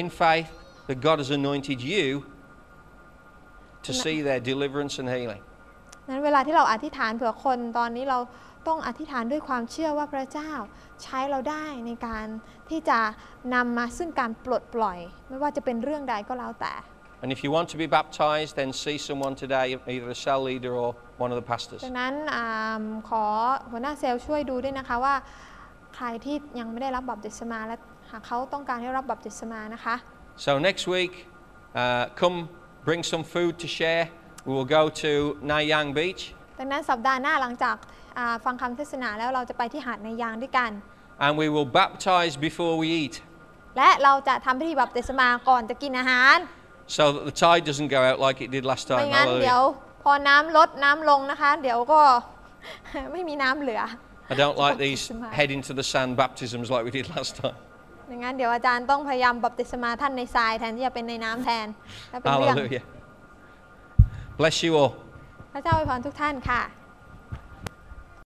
S1: in faith that God has anointed you to see their deliverance and healing.
S2: นั้นเวลาที่เราอธิษฐานเผื่อคนตอนนี้เราต้องอธิษฐานด้วยความเชื่อว่าพระเจ้าใช้เราได้ในการที่จะนำมาซึ่งการปลดปล่อย ไม่ว่าจะเป็นเรื่องใดก็แล้วแต่
S1: And if you want to be baptized, then see someone today, either a cell leader or one of the pastors.
S2: ดังนั้นอ่าขอหัวหน้าเซลล์ช่วยดูด้วยนะคะว่า ใครที่ยังไม่ได้รับบัพติศมาและหากเขาต้องการให้รับบัพติศมานะคะ
S1: So next week, uh, come bring some food to share. We will go to Nayang Beach
S2: ดังนั้นสัปดาห์หน้าหลังจากอ่าฟังคำเทศนาแล้วเราจะไปที่หาดในยางด้วยกัน
S1: and we will baptize before we eat
S2: และเราจะทำพิธีบัพติศมาก่อนจะกินอาหาร
S1: so that the tide doesn't go out like it did last
S2: ไม่
S1: time.
S2: งั้น
S1: Hallelujah.
S2: เดี๋ยวพอน้ำลดน้ำลงนะคะ เดี๋ยวก็ ไม่มีน้ำเหลือ
S1: I don't like
S2: Baptism
S1: these
S2: out.
S1: head into the sand baptisms like we did last time.
S2: ดังนั้นเดี๋ยวอาจารย์ต้องพยายามบัพติศมาท่านในทรายแทนที่จะเป็นในน้ำแทนและเป็นเรื่อง
S1: Hallelujah. Bless you all.
S2: พระเจ้าอวยพรทุกท่านค่ะ